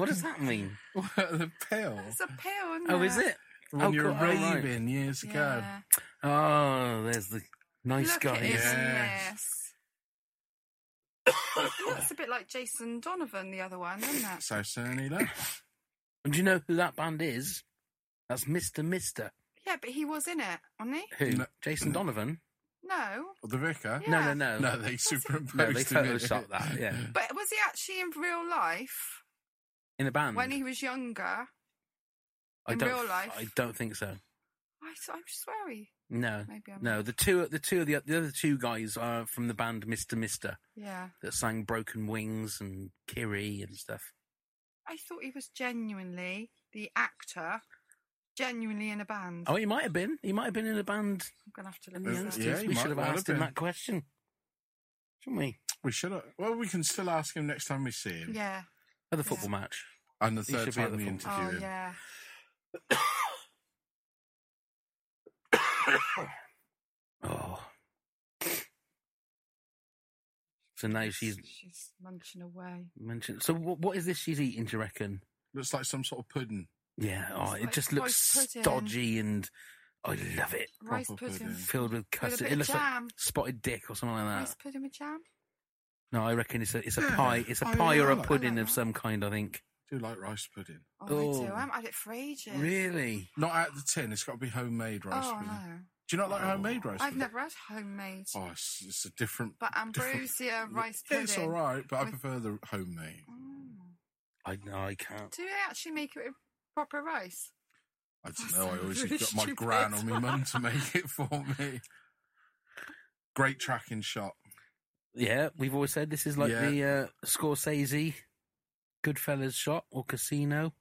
Speaker 8: does that mean?
Speaker 2: the pill
Speaker 7: it's a pill. Isn't
Speaker 8: Oh, is it?
Speaker 2: when
Speaker 8: Oh,
Speaker 2: you were
Speaker 8: God, oh, right.
Speaker 2: raving years ago.
Speaker 7: Yeah.
Speaker 8: Oh, there's the nice
Speaker 7: Look
Speaker 8: guy.
Speaker 7: at him,
Speaker 2: Yeah.
Speaker 7: yes. He looks a bit like Jason Donovan, the other one, doesn't it?
Speaker 2: South Cernida.
Speaker 8: And do you know who that band is? That's Mister Mister.
Speaker 7: Yeah, but he was in it, wasn't he?
Speaker 8: Who?
Speaker 2: No.
Speaker 8: Jason Donovan?
Speaker 7: No.
Speaker 2: the vicar.
Speaker 7: Yeah.
Speaker 8: No, no, no.
Speaker 2: No, they superimposed.
Speaker 8: No, they
Speaker 2: him in.
Speaker 8: photoshopped that. Yeah,
Speaker 7: But was he actually in real life
Speaker 8: in a band.
Speaker 7: when he was younger?
Speaker 8: I
Speaker 7: in
Speaker 8: don't,
Speaker 7: real life?
Speaker 8: I don't think so.
Speaker 7: I, s- I swear he.
Speaker 8: No,
Speaker 7: Maybe I'm
Speaker 8: no. The two, the two of the, the other two guys are from the band Mister Mister
Speaker 7: Yeah.
Speaker 8: that sang Broken Wings and Kiri and stuff.
Speaker 7: I thought he was genuinely the actor, genuinely in a band.
Speaker 8: Oh, he might have been. He might have been in a band
Speaker 7: I'm going to have to
Speaker 8: in the
Speaker 7: look
Speaker 8: youngsters.
Speaker 7: this up.
Speaker 2: yeah, he
Speaker 8: we
Speaker 2: might
Speaker 8: should have
Speaker 2: well have
Speaker 8: asked him
Speaker 2: been.
Speaker 8: that question, shouldn't we?
Speaker 2: We should have. Well, we can still ask him next time we see him.
Speaker 7: Yeah.
Speaker 8: At the football match.
Speaker 2: And the
Speaker 8: He
Speaker 2: third
Speaker 8: should be at
Speaker 2: time
Speaker 8: the
Speaker 2: we
Speaker 8: full-
Speaker 2: interview
Speaker 7: Oh,
Speaker 2: him.
Speaker 7: yeah.
Speaker 8: Oh. So now she's
Speaker 7: She's munching away.
Speaker 8: mentioned. So what, what is this she's eating? Do you reckon?
Speaker 2: Looks like some sort of pudding.
Speaker 8: Yeah. Oh,
Speaker 7: It's
Speaker 8: it
Speaker 7: like
Speaker 8: just looks
Speaker 7: rice pudding.
Speaker 8: stodgy and I love it.
Speaker 7: Rice
Speaker 2: Proper
Speaker 7: pudding.
Speaker 2: pudding.
Speaker 8: Filled with custard.
Speaker 7: bit
Speaker 8: It Ah.
Speaker 7: of
Speaker 8: looks
Speaker 7: jam.
Speaker 8: like spotted dick or something like that.
Speaker 7: Rice pudding with jam?
Speaker 8: No, I reckon it's a it's a
Speaker 7: Mm.
Speaker 2: Yeah,
Speaker 8: pie. It's a
Speaker 2: I
Speaker 8: pie or a
Speaker 2: like
Speaker 8: pudding
Speaker 7: that.
Speaker 8: of some kind. I think.
Speaker 2: Do like rice pudding.
Speaker 7: Oh,
Speaker 8: Oh.
Speaker 7: I do. I haven't had it for ages.
Speaker 8: Really?
Speaker 2: Not out of the tin. It's got to be homemade rice
Speaker 7: Oh,
Speaker 2: pudding.
Speaker 7: no.
Speaker 2: Do you not like homemade rice
Speaker 7: I've
Speaker 2: pudding?
Speaker 7: never had homemade.
Speaker 2: Oh, it's, it's a different.
Speaker 7: But
Speaker 2: different-
Speaker 7: ambrosia rice pudding.
Speaker 2: It's all right, but I
Speaker 7: with-
Speaker 2: prefer the homemade.
Speaker 7: Mm.
Speaker 8: I no, I can't.
Speaker 7: Do they actually make it with proper rice?
Speaker 2: I don't
Speaker 7: That
Speaker 2: know. I
Speaker 7: sounds
Speaker 2: always
Speaker 7: really
Speaker 2: got my
Speaker 7: stupid.
Speaker 2: gran or my mum to make it for me. Great tracking shot.
Speaker 8: Yeah, we've always said this is like
Speaker 2: Yeah.
Speaker 8: the uh, Scorsese, Goodfellas shot or Casino.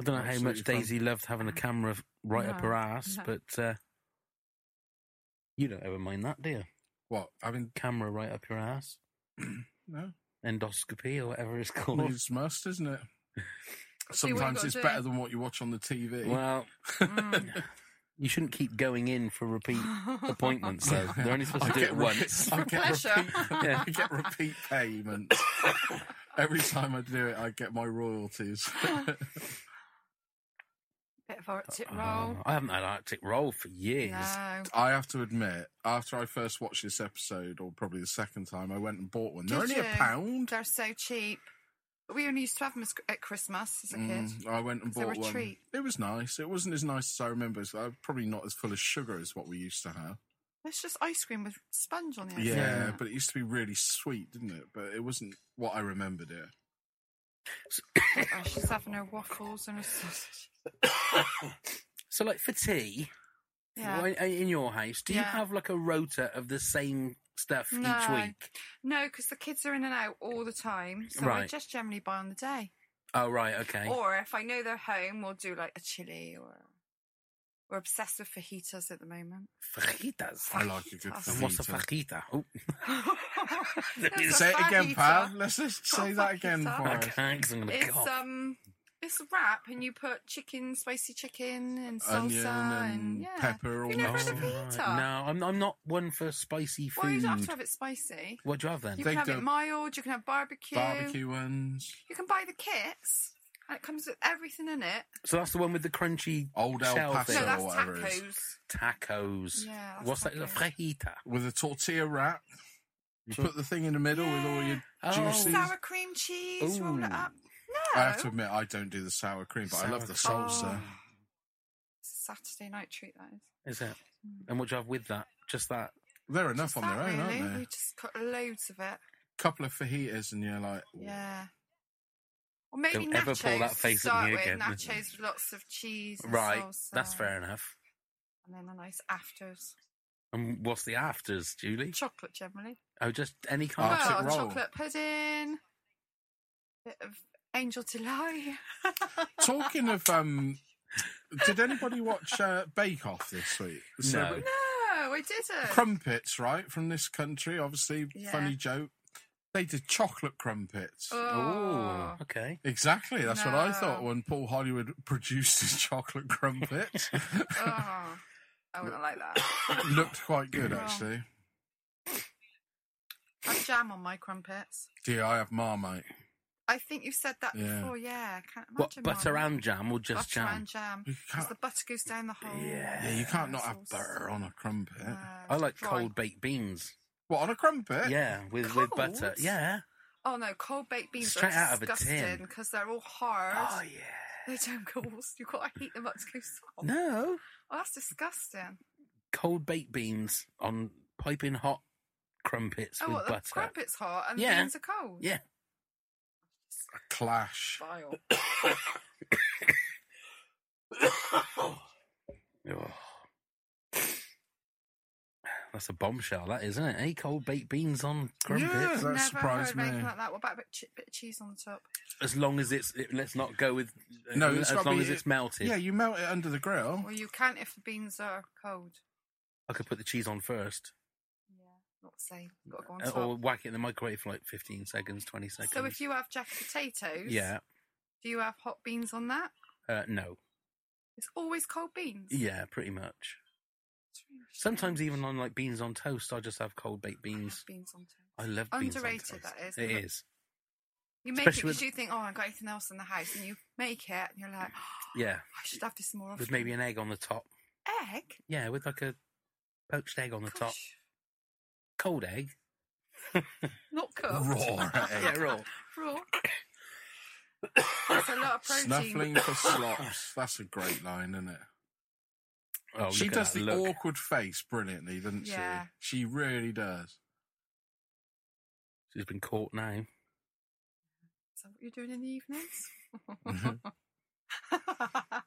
Speaker 8: I don't know how much
Speaker 2: Absolutely fun.
Speaker 8: Daisy loved having a camera right up
Speaker 7: No,
Speaker 8: her ass,
Speaker 7: no.
Speaker 8: but uh, you don't ever mind that, do you?
Speaker 2: What? Having
Speaker 8: Camera right up your ass.
Speaker 2: no.
Speaker 8: Endoscopy or whatever it's
Speaker 2: Well,
Speaker 8: called.
Speaker 2: it's must, isn't it?
Speaker 7: See what you
Speaker 2: Sometimes
Speaker 7: gotta
Speaker 2: it's
Speaker 7: do.
Speaker 2: better than what you watch on the TV.
Speaker 8: Well, you shouldn't keep going in for repeat appointments, though. They're only supposed to do it
Speaker 2: repeat-
Speaker 8: once.
Speaker 2: I get,
Speaker 7: pleasure.
Speaker 2: repeat,
Speaker 8: Yeah.
Speaker 2: I get repeat payment. Every time I do it, I get my royalties.
Speaker 7: Bit of Arctic roll.
Speaker 8: Oh, I haven't had Arctic roll for years.
Speaker 7: No.
Speaker 2: I have to admit, after I first watched this episode, or probably the second time, I went and bought one. They're
Speaker 7: Did
Speaker 2: only a
Speaker 7: you?
Speaker 2: pound.
Speaker 7: They're so cheap. We only used to have them as- at Christmas as a kid.
Speaker 2: Mm, I went and
Speaker 7: 'Cause they were
Speaker 2: bought
Speaker 7: a
Speaker 2: one.
Speaker 7: treat.
Speaker 2: It was nice. It wasn't as nice as I remember. It's uh, probably not as full of sugar as what we used to have.
Speaker 7: It's just ice cream with sponge on the
Speaker 2: Yeah,
Speaker 7: outside.
Speaker 2: but it used to be really sweet, didn't it? But it wasn't what I remembered it.
Speaker 7: Oh, she's having her waffles and her sausage.
Speaker 8: So, like for tea,
Speaker 7: Yeah.
Speaker 8: why- uh, in your house, do you
Speaker 7: Yeah.
Speaker 8: have like a rota of the same stuff each
Speaker 7: No.
Speaker 8: week?
Speaker 7: No, because the kids are in and out all the time, so I
Speaker 8: Right.
Speaker 7: just generally buy on the day.
Speaker 8: Oh, right, okay.
Speaker 7: Or if I know they're home, we'll do like a chili or. We're obsessed with fajitas at the moment.
Speaker 8: fajitas.
Speaker 2: I like a good
Speaker 7: Fajitas.
Speaker 8: And what's a
Speaker 2: fajita.
Speaker 8: fajita? Oh,
Speaker 7: There's a
Speaker 2: Say it again,
Speaker 7: fajita.
Speaker 2: pal. Let's just say that again
Speaker 7: fajita.
Speaker 2: for
Speaker 8: I
Speaker 2: us.
Speaker 8: can't 'cause I'm going to
Speaker 7: It's
Speaker 8: cough.
Speaker 7: um, it's a wrap, and you put chicken, spicy chicken, and salsa,
Speaker 2: Onion
Speaker 7: and,
Speaker 2: and
Speaker 7: yeah.
Speaker 2: pepper all
Speaker 7: You never
Speaker 2: mixed
Speaker 7: had a
Speaker 2: in.
Speaker 8: Right.
Speaker 7: pita.
Speaker 8: No, I'm, I'm not one for spicy
Speaker 7: Well, you
Speaker 8: food.
Speaker 7: don't have to have it spicy.
Speaker 8: What do you have then?
Speaker 7: You
Speaker 2: They
Speaker 7: can have
Speaker 2: don't-
Speaker 7: it mild. You can have barbecue.
Speaker 2: Barbecue ones.
Speaker 7: You can buy the kits, and it comes with everything in it.
Speaker 8: So that's the one with the crunchy
Speaker 2: Old El
Speaker 8: shell
Speaker 2: Paso.
Speaker 8: thing.
Speaker 7: no, that's
Speaker 2: whatever it is.
Speaker 7: tacos.
Speaker 8: Tacos.
Speaker 7: Yeah, that's
Speaker 8: What's that? A
Speaker 7: tacos.
Speaker 8: fajita.
Speaker 2: With a tortilla wrap. You put the thing in the middle with all your
Speaker 8: Yeah. Oh.
Speaker 2: juices.
Speaker 7: Sour cream cheese. Roll it
Speaker 8: Ooh.
Speaker 7: up. No.
Speaker 2: I have to admit, I don't do the sour cream, but I love the
Speaker 8: Sour
Speaker 2: salsa.
Speaker 7: Oh. Saturday night treat that is.
Speaker 8: Is it? And what do you have with that? Just that.
Speaker 2: They're enough
Speaker 7: Just
Speaker 2: on their
Speaker 7: that,
Speaker 2: own,
Speaker 7: really.
Speaker 2: aren't they?
Speaker 7: We just got loads of it.
Speaker 2: couple of fajitas and you're like,
Speaker 7: Yeah. Or maybe
Speaker 8: Don't
Speaker 7: nachos
Speaker 8: ever pull that face
Speaker 7: to
Speaker 8: at
Speaker 7: start
Speaker 8: me
Speaker 7: with.
Speaker 8: again.
Speaker 7: Nachos with lots of cheese. And
Speaker 8: Right.
Speaker 7: salsa,
Speaker 8: That's fair enough.
Speaker 7: And then a nice afters.
Speaker 8: And what's the afters, Julie?
Speaker 7: Chocolate generally.
Speaker 8: Oh, just any kind
Speaker 2: Arctic
Speaker 7: well, a
Speaker 2: roll.
Speaker 7: chocolate pudding. Bit of angel delight.
Speaker 2: talking of, um, did anybody watch uh, Bake Off this week? So-
Speaker 8: No.
Speaker 7: No, I didn't.
Speaker 2: Crumpets, right, from this country, obviously.
Speaker 7: Yeah.
Speaker 2: Funny joke. They did chocolate crumpets.
Speaker 8: Oh,
Speaker 7: oh.
Speaker 8: okay.
Speaker 2: Exactly, that's what I thought
Speaker 7: No.
Speaker 2: when Paul Hollywood produced his chocolate crumpets.
Speaker 7: oh. I wouldn't like that.
Speaker 2: Looked quite good,
Speaker 7: Wow.
Speaker 2: actually.
Speaker 7: I have jam on my crumpets.
Speaker 2: Dear, I have Marmite.
Speaker 7: I think you've said that
Speaker 2: Yeah.
Speaker 7: before. Yeah, I can't
Speaker 8: What
Speaker 7: imagine.
Speaker 8: butter
Speaker 7: mine.
Speaker 8: and jam or just
Speaker 7: butter
Speaker 8: jam?
Speaker 7: and jam.
Speaker 2: You
Speaker 7: 'Cause
Speaker 2: can't,
Speaker 7: the butter goes down the hole.
Speaker 8: Yeah.
Speaker 2: yeah, you can't not have
Speaker 7: Sauce.
Speaker 2: butter on a crumpet.
Speaker 7: No,
Speaker 8: I like
Speaker 7: dry.
Speaker 8: cold baked beans.
Speaker 2: What, on a crumpet?
Speaker 8: Yeah, with with butter.
Speaker 7: Cold?
Speaker 8: Yeah.
Speaker 7: Oh no, cold baked beans
Speaker 8: Straight
Speaker 7: are
Speaker 8: out of a tin.
Speaker 7: disgusting because they're all hard.
Speaker 8: Oh yeah.
Speaker 7: They don't go. You've got to heat them up to go soft.
Speaker 8: No.
Speaker 7: Oh, that's disgusting.
Speaker 8: Cold baked beans on piping hot crumpets
Speaker 7: Oh,
Speaker 8: with
Speaker 7: what the
Speaker 8: butter.
Speaker 7: crumpets hot and
Speaker 8: Yeah.
Speaker 7: the beans are cold.
Speaker 8: Yeah.
Speaker 2: A clash.
Speaker 7: Vile.
Speaker 8: Oh. That's a bombshell, that isn't it? Eh? cold baked beans on crumpets.
Speaker 2: Yeah. That
Speaker 7: Never
Speaker 2: surprised
Speaker 7: heard of anything
Speaker 2: me.
Speaker 7: like that. What about a bit, che- bit of cheese on the top?
Speaker 8: As long as it's, it- let's not go with. uh,
Speaker 2: No,
Speaker 8: as
Speaker 2: it's gotta
Speaker 8: long
Speaker 2: be-
Speaker 8: as it's melted.
Speaker 2: Yeah, you melt it under the
Speaker 8: Oh.
Speaker 2: grill.
Speaker 7: Well, you can't if the beans are cold.
Speaker 8: I could put the cheese on first,
Speaker 7: Yeah, not say. Got to go on
Speaker 8: uh,
Speaker 7: top.
Speaker 8: or whack it in the microwave for like fifteen seconds, twenty seconds.
Speaker 7: so if you have jack potatoes,
Speaker 8: yeah,
Speaker 7: do you have hot beans on that?
Speaker 8: uh, no,
Speaker 7: It's always cold beans.
Speaker 8: yeah, pretty much.
Speaker 7: It's really
Speaker 8: E Sometimes even on like beans on toast, I just have cold baked
Speaker 7: shit.
Speaker 8: beans.
Speaker 7: Beans on toast.
Speaker 8: I love
Speaker 7: Underrated,
Speaker 8: Beans on toast.
Speaker 7: that is,
Speaker 8: It
Speaker 7: isn't it?
Speaker 8: is.
Speaker 7: You make it
Speaker 8: Especially
Speaker 7: because
Speaker 8: with-
Speaker 7: you think, oh, I've got anything else in the house, and you make it, and you're like, "Oh,
Speaker 8: Yeah,
Speaker 7: I should have this more often.
Speaker 8: with maybe an egg on the top.
Speaker 7: egg
Speaker 8: Yeah, with like a poached egg on the top,
Speaker 7: Gosh,
Speaker 8: cold egg.
Speaker 7: not
Speaker 2: Raw
Speaker 7: cooked,
Speaker 8: Yeah,
Speaker 2: egg.
Speaker 8: raw.
Speaker 7: raw. That's a lot of protein.
Speaker 2: Snuffling for slops. That's a great line, isn't it?
Speaker 8: Oh,
Speaker 2: she
Speaker 8: look at
Speaker 2: does
Speaker 8: that
Speaker 2: the
Speaker 8: look.
Speaker 2: awkward face brilliantly, doesn't
Speaker 7: Yeah.
Speaker 2: she? She really does.
Speaker 8: She's been caught now.
Speaker 7: Is that what you're doing in the evenings?
Speaker 2: Mm-hmm.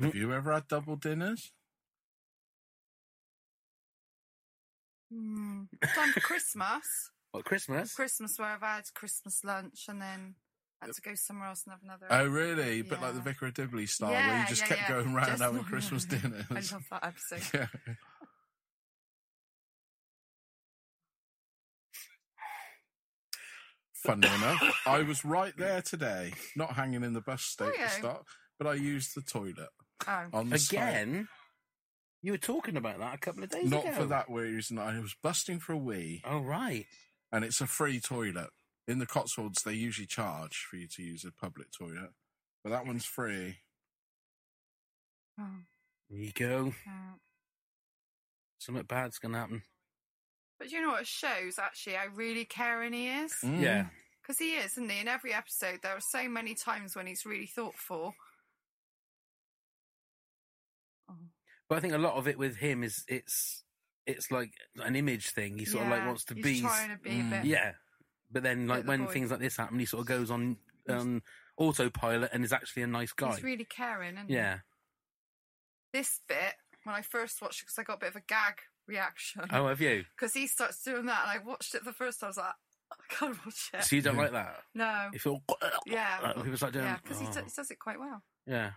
Speaker 8: Mm.
Speaker 2: Have you ever had double dinners?
Speaker 7: Hmm. Done for Christmas. Hmm.
Speaker 8: What Christmas?
Speaker 7: Christmas where I've had Christmas lunch and then had to go somewhere else and have another.
Speaker 2: Oh, really? But like the
Speaker 7: Yeah.
Speaker 2: Vicar of Dibley style, where you
Speaker 7: Yeah,
Speaker 2: just
Speaker 7: yeah,
Speaker 2: kept
Speaker 7: yeah.
Speaker 2: going round
Speaker 7: Just
Speaker 2: having
Speaker 7: one-
Speaker 2: Christmas dinners.
Speaker 7: I love that episode.
Speaker 2: yeah. Funny enough, I was right there today, not hanging in the bus state
Speaker 7: Oh, yeah.
Speaker 2: to start, but I used the toilet
Speaker 7: Oh,
Speaker 2: on the side.
Speaker 8: Again, you were talking about that a couple of days
Speaker 2: Not
Speaker 8: ago.
Speaker 2: for that reason. I was busting for a wee,
Speaker 8: Oh, right.
Speaker 2: and it's a free toilet. In the Cotswolds, they usually charge for you to use a public toilet, but that one's free.
Speaker 7: oh,
Speaker 8: There you go.
Speaker 7: oh.
Speaker 8: Something bad's going to happen.
Speaker 7: But you know what it shows actually how really caring he is?
Speaker 2: Mm.
Speaker 8: Yeah.
Speaker 7: Because he is, isn't he? In every episode, there are so many times when he's really thoughtful.
Speaker 8: But I think a lot of it with him is it's it's like an image thing. He sort of like
Speaker 7: Yeah,
Speaker 8: wants to
Speaker 7: he's
Speaker 8: be.
Speaker 7: trying to be a
Speaker 2: Mm.
Speaker 7: bit.
Speaker 8: Yeah. But then like
Speaker 7: the
Speaker 8: when
Speaker 7: boy.
Speaker 8: things like this happen, he sort of goes on um, autopilot and is actually a nice guy.
Speaker 7: He's really caring, isn't he?
Speaker 8: yeah.
Speaker 7: This bit, when I first watched it, because I got a bit of a gag reaction.
Speaker 8: Oh, have you?
Speaker 7: Because he starts doing that, and I watched it the first time. I was like, "Oh, I can't watch it.
Speaker 8: So you don't
Speaker 2: Yeah.
Speaker 8: like that?
Speaker 7: no.
Speaker 8: You feel.
Speaker 7: Yeah.
Speaker 8: Uh, People start doing.
Speaker 7: yeah, because he,
Speaker 8: oh.
Speaker 7: do- he does it quite well.
Speaker 8: Yeah.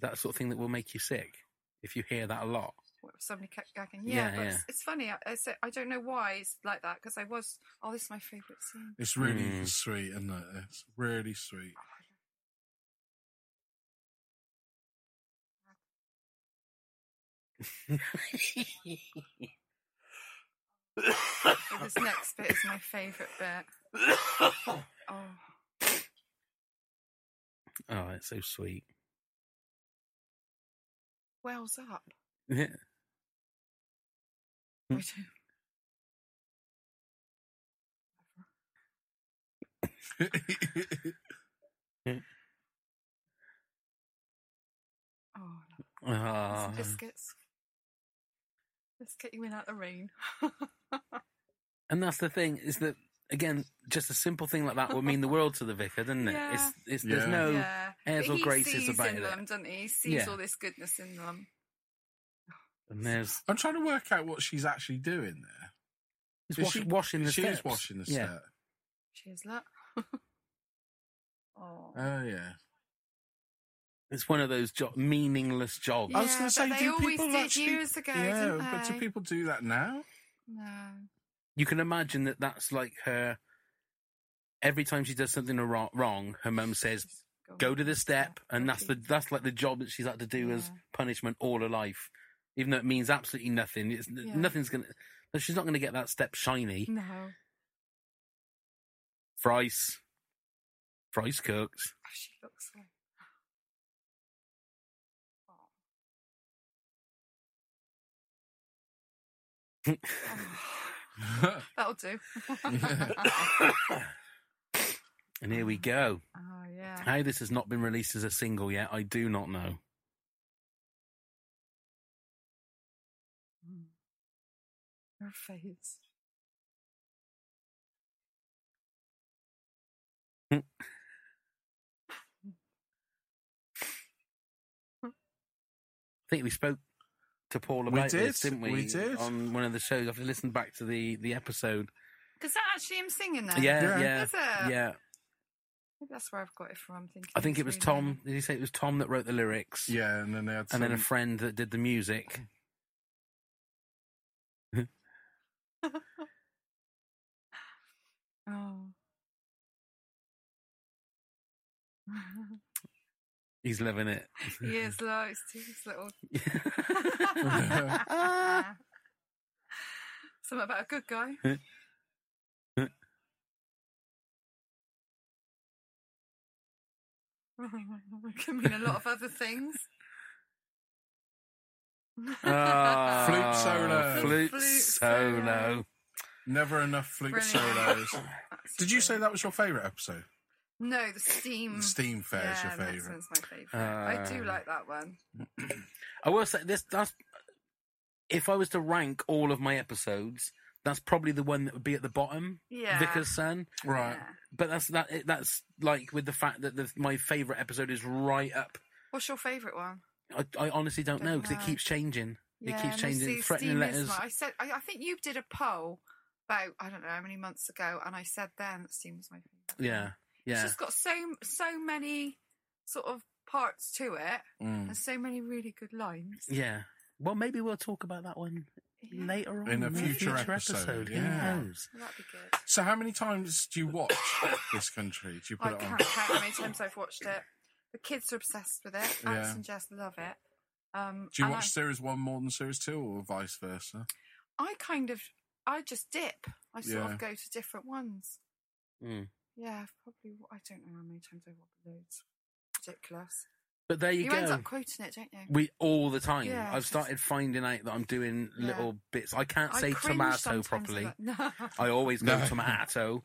Speaker 8: That sort of thing that will make you sick if you hear that a lot.
Speaker 7: What if Somebody kept gagging.
Speaker 8: Yeah,
Speaker 7: Yeah, but
Speaker 8: yeah.
Speaker 7: It's, it's funny. I, I say- I don't know why it's like that because I was. Oh, this is my favourite scene.
Speaker 2: It's really
Speaker 8: Mm.
Speaker 2: sweet, isn't it? It's really sweet.
Speaker 7: But Oh, this next bit is my favourite bit. Oh,
Speaker 8: Oh, it's so sweet.
Speaker 7: wells up.
Speaker 8: Yeah.
Speaker 7: I
Speaker 8: Hmm.
Speaker 7: do. Oh, no.
Speaker 8: Ah.
Speaker 7: Some biscuits. Let's get you in out the rain.
Speaker 8: And that's the thing is that again, just a simple thing like that would mean the world to the vicar, doesn't it?
Speaker 7: Yeah.
Speaker 8: It's, it's
Speaker 2: Yeah.
Speaker 8: there's no
Speaker 7: yeah.
Speaker 8: airs
Speaker 7: But
Speaker 8: or
Speaker 7: he
Speaker 8: graces
Speaker 7: sees
Speaker 8: about
Speaker 7: in
Speaker 8: it.
Speaker 7: them, doesn't he? He sees
Speaker 8: Yeah.
Speaker 7: all this goodness in them.
Speaker 8: and there's
Speaker 2: I'm trying to work out what she's actually doing there.
Speaker 8: he's
Speaker 2: Is
Speaker 8: washing,
Speaker 2: she-
Speaker 8: washing the
Speaker 2: she
Speaker 8: steps.
Speaker 2: is washing the
Speaker 8: yeah.
Speaker 2: set.
Speaker 7: Cheers, look. oh.
Speaker 2: Oh yeah.
Speaker 8: It's one of those jo- meaningless jobs.
Speaker 2: I was
Speaker 7: Yeah,
Speaker 2: going to
Speaker 7: but
Speaker 2: say,
Speaker 7: they
Speaker 2: do
Speaker 7: always
Speaker 2: people
Speaker 7: did
Speaker 2: actually?
Speaker 7: years ago,
Speaker 2: yeah,
Speaker 7: didn't
Speaker 2: but do
Speaker 7: they?
Speaker 2: people do that now?
Speaker 7: No.
Speaker 8: You can imagine that that's like her. Every time she does something wrong, wrong her mum says,
Speaker 7: Just go.
Speaker 8: "Go to the step,"
Speaker 7: Yeah,
Speaker 8: and
Speaker 7: go
Speaker 8: that's the
Speaker 7: deep.
Speaker 8: that's like the job that she's had to do as
Speaker 7: Yeah.
Speaker 8: punishment all her life, even though it means absolutely nothing. It's
Speaker 7: Yeah.
Speaker 8: nothing's gonna. She's not gonna get that step shiny.
Speaker 7: No.
Speaker 8: Fries. Fries cooked.
Speaker 7: Oh, she looks like. Oh, that'll do.
Speaker 8: And here we go.
Speaker 7: oh yeah.
Speaker 8: How this has not been released as a single yet, I do not know.
Speaker 7: Her face.
Speaker 8: I think we spoke to Paul
Speaker 2: We
Speaker 8: about
Speaker 2: did.
Speaker 8: this, didn't we?
Speaker 2: We did.
Speaker 8: On one of the shows. I've listened back to the, the episode.
Speaker 7: Is that actually him singing that?
Speaker 8: Yeah,
Speaker 2: Yeah.
Speaker 8: yeah.
Speaker 7: Is it?
Speaker 8: Yeah.
Speaker 7: Maybe that's where I've got it from. Thinking
Speaker 8: I think
Speaker 7: it's
Speaker 8: it was
Speaker 7: really
Speaker 8: Tom.
Speaker 7: him.
Speaker 8: Did he say it was Tom that wrote the lyrics?
Speaker 2: yeah, and then they had
Speaker 8: And then a
Speaker 2: some-
Speaker 8: friend that did the music.
Speaker 7: Oh.
Speaker 8: He's loving it.
Speaker 7: he is like he's just little. Something about a good guy. Can mean a lot of other things.
Speaker 8: Ah,
Speaker 2: Flute solo.
Speaker 8: Flute,
Speaker 7: Flute
Speaker 8: solo.
Speaker 7: solo.
Speaker 2: never enough flute
Speaker 7: Brilliant.
Speaker 2: solos.
Speaker 7: That's
Speaker 2: Did you
Speaker 7: brilliant.
Speaker 2: say that was your favourite episode?
Speaker 7: No, the steam.
Speaker 2: The Steam Fair is
Speaker 7: Mm.
Speaker 2: your Uh,
Speaker 7: yeah, that
Speaker 2: favourite.
Speaker 7: one's my favourite. I do
Speaker 8: Um,
Speaker 7: like that one.
Speaker 8: I will say this. That's if I was to rank all of my episodes, that's probably the one that would be at the bottom.
Speaker 7: Yeah.
Speaker 8: Vicar's son.
Speaker 2: Right.
Speaker 7: Yeah.
Speaker 8: But that's that. it- That's like with the fact that the, my favorite episode is right up.
Speaker 7: What's your favourite one?
Speaker 8: I, I honestly don't
Speaker 7: Don't
Speaker 8: know because it
Speaker 7: know.
Speaker 8: keeps changing. it keeps
Speaker 7: no,
Speaker 8: changing.
Speaker 7: see,
Speaker 8: Threatening
Speaker 7: steam is
Speaker 8: letters.
Speaker 7: my- I said. I, I think you did a poll about I don't know how many months ago, and I said then it seems my favorite.
Speaker 8: Yeah.
Speaker 7: It's
Speaker 8: Yeah.
Speaker 7: just got so so many sort of parts to it,
Speaker 8: Mm.
Speaker 7: and so many really good lines.
Speaker 8: Yeah. Well, maybe we'll talk about that one
Speaker 7: Yeah.
Speaker 8: later on
Speaker 2: In a
Speaker 8: the
Speaker 2: future episode, yeah.
Speaker 8: Who knows?
Speaker 7: That'd be good.
Speaker 2: So, how many times do you watch this country? Do you put
Speaker 7: I
Speaker 2: it on?
Speaker 7: can't count how many times I've watched it. The kids are obsessed with it.
Speaker 2: Yeah.
Speaker 7: Alex and Jess love it. Um,
Speaker 2: Do you
Speaker 7: and
Speaker 2: watch
Speaker 7: I-
Speaker 2: series one more than series two, or vice versa?
Speaker 7: I kind of, I just dip. I sort
Speaker 2: Yeah.
Speaker 7: of go to different ones.
Speaker 8: Mm.
Speaker 7: Yeah, I've probably, I don't know how many times I've watched loads. Ridiculous.
Speaker 8: But there you,
Speaker 7: You,
Speaker 8: go.
Speaker 7: end up quoting it, don't you?
Speaker 8: we all the time.
Speaker 7: Yeah.
Speaker 8: I've started finding out that I'm doing
Speaker 7: Yeah.
Speaker 8: little bits. I can't
Speaker 7: I
Speaker 8: say
Speaker 7: cringe
Speaker 8: tomato
Speaker 7: sometimes at
Speaker 8: properly.
Speaker 7: that. No.
Speaker 8: I always go
Speaker 2: No.
Speaker 8: tomato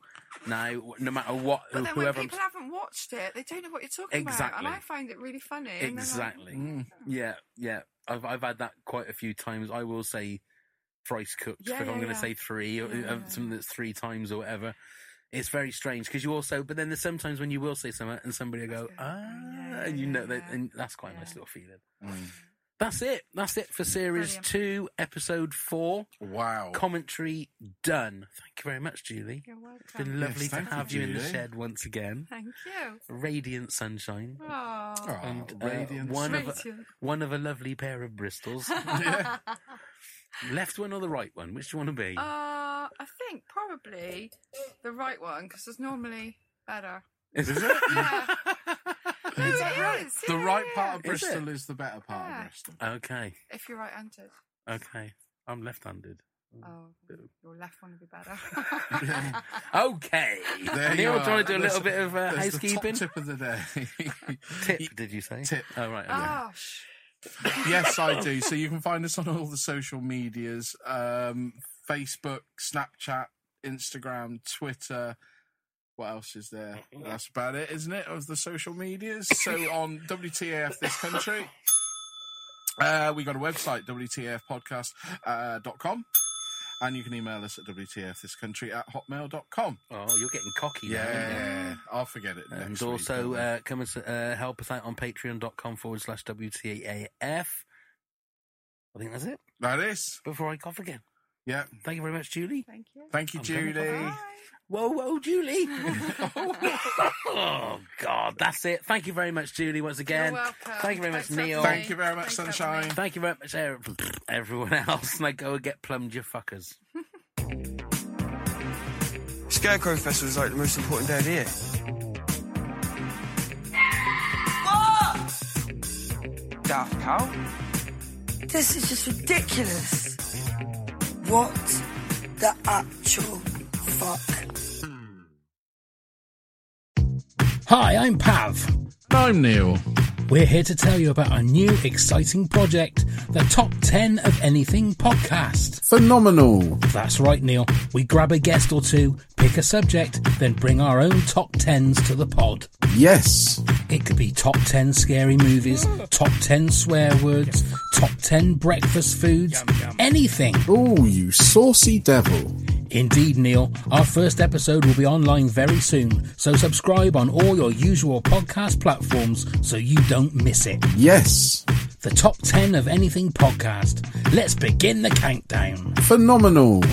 Speaker 8: now, no matter what,
Speaker 7: But then when
Speaker 8: whoever. I'm-
Speaker 7: people haven't watched it, they don't know what you're talking about.
Speaker 8: Exactly.
Speaker 7: And I find it really funny. and they're like,
Speaker 8: Exactly.
Speaker 2: Mm.
Speaker 8: Yeah, yeah. I've I've had that quite a few times. I will say thrice cooked
Speaker 7: Yeah,
Speaker 8: if I'm
Speaker 7: yeah,
Speaker 8: going to
Speaker 7: yeah.
Speaker 8: say three or
Speaker 7: Yeah,
Speaker 8: uh,
Speaker 7: yeah,
Speaker 8: something that's three times or whatever. It's very strange because you also, but then there's sometimes when you will say something and somebody will go
Speaker 7: That's good.
Speaker 8: ah,
Speaker 7: Yeah,
Speaker 8: and you
Speaker 7: yeah,
Speaker 8: know that,
Speaker 7: yeah.
Speaker 8: and that's quite a nice
Speaker 7: Yeah.
Speaker 8: little feeling.
Speaker 2: Mm.
Speaker 8: That's it. That's it for series
Speaker 7: Brilliant.
Speaker 8: two, episode four.
Speaker 2: Wow.
Speaker 8: Commentary done. Thank you very much, Julie.
Speaker 7: You're
Speaker 8: It's been
Speaker 7: welcome.
Speaker 8: lovely
Speaker 2: Yes,
Speaker 8: to
Speaker 2: thank you,
Speaker 8: have you, in the
Speaker 2: Julie.
Speaker 8: shed once again.
Speaker 7: Thank you.
Speaker 8: Radiant sunshine.
Speaker 7: Oh.
Speaker 2: Oh,
Speaker 8: And uh,
Speaker 2: radiant
Speaker 8: one of a,
Speaker 7: Radiant.
Speaker 8: one of a lovely pair of Bristols.
Speaker 2: yeah.
Speaker 8: Left one or the right one? Which do you want to be?
Speaker 7: Uh, I think probably the right one because it's normally better.
Speaker 8: is it?
Speaker 7: Yeah. no, it is,
Speaker 2: The
Speaker 7: yeah,
Speaker 2: right
Speaker 7: yeah,
Speaker 2: part of
Speaker 8: Is it?
Speaker 2: Bristol is, the better part
Speaker 7: Yeah.
Speaker 2: of Bristol.
Speaker 8: okay,
Speaker 7: yeah. If you're right-handed,
Speaker 8: okay. I'm left-handed.
Speaker 7: oh, your left one would be better.
Speaker 8: Okay.
Speaker 2: There
Speaker 8: Neil,
Speaker 2: you
Speaker 8: do you want to
Speaker 2: are.
Speaker 8: do a little
Speaker 2: There's-
Speaker 8: bit of uh,
Speaker 2: there's the top
Speaker 8: housekeeping?
Speaker 2: tip of the day.
Speaker 8: Tip, did you say?
Speaker 2: Tip.
Speaker 8: Oh, right. okay.
Speaker 7: oh, sh-
Speaker 2: yes, I do. So you can find us on all the social medias um, Facebook, Snapchat, Instagram, Twitter. What else is there?
Speaker 7: Mm-hmm.
Speaker 2: That's about it, isn't it? Of the social medias. So on WTAF This Country, uh, we got a website, WTAFpodcast.com. And you can email us at WTFthiscountry at hotmail.com.
Speaker 8: Oh, you're getting cocky now, aren't you?
Speaker 2: Yeah, I'll forget it.
Speaker 8: And
Speaker 2: next week,
Speaker 8: also
Speaker 2: don't I?
Speaker 8: uh, come and s- uh, help us out on patreon.com forward slash WTAF. I think that's it.
Speaker 2: that is.
Speaker 8: Before I cough again.
Speaker 2: Yeah.
Speaker 8: Thank you very much, Julie.
Speaker 7: thank you.
Speaker 2: Thank you,
Speaker 8: I'm gonna-
Speaker 2: Julie.
Speaker 7: Bye.
Speaker 8: Whoa, whoa, Julie. oh, God. That's it. Thank you very much, Julie, once again.
Speaker 7: You're welcome.
Speaker 8: Thank you very much,
Speaker 7: Thanks for having
Speaker 8: Neil.
Speaker 7: me.
Speaker 2: Thank you very much,
Speaker 7: Thanks for having
Speaker 2: Sunshine.
Speaker 7: me.
Speaker 8: Thank you very much, er- everyone else. Now go and get plumbed, you fuckers.
Speaker 5: Scarecrow Festival is like the most important day of the year. Daft Cow?
Speaker 6: This is just ridiculous. What the actual fuck?
Speaker 8: Hi, I'm Pav.
Speaker 2: I'm Neil.
Speaker 8: We're here to tell you about our new exciting project, the Top 10 of Anything podcast.
Speaker 2: Phenomenal.
Speaker 8: That's right, Neil. We grab a guest or two, pick a subject, then bring our own top 10s to the pod.
Speaker 2: Yes.
Speaker 8: It could be top 10 scary movies, top 10 swear words, top 10 breakfast foods, anything.
Speaker 2: Oh, you saucy devil.
Speaker 8: Indeed, Neil. Our first episode will be online very soon, so subscribe on all your usual podcast platforms so you don't miss it.
Speaker 2: Yes.
Speaker 8: The top 10 of anything podcast. Let's begin the countdown.
Speaker 2: Phenomenal.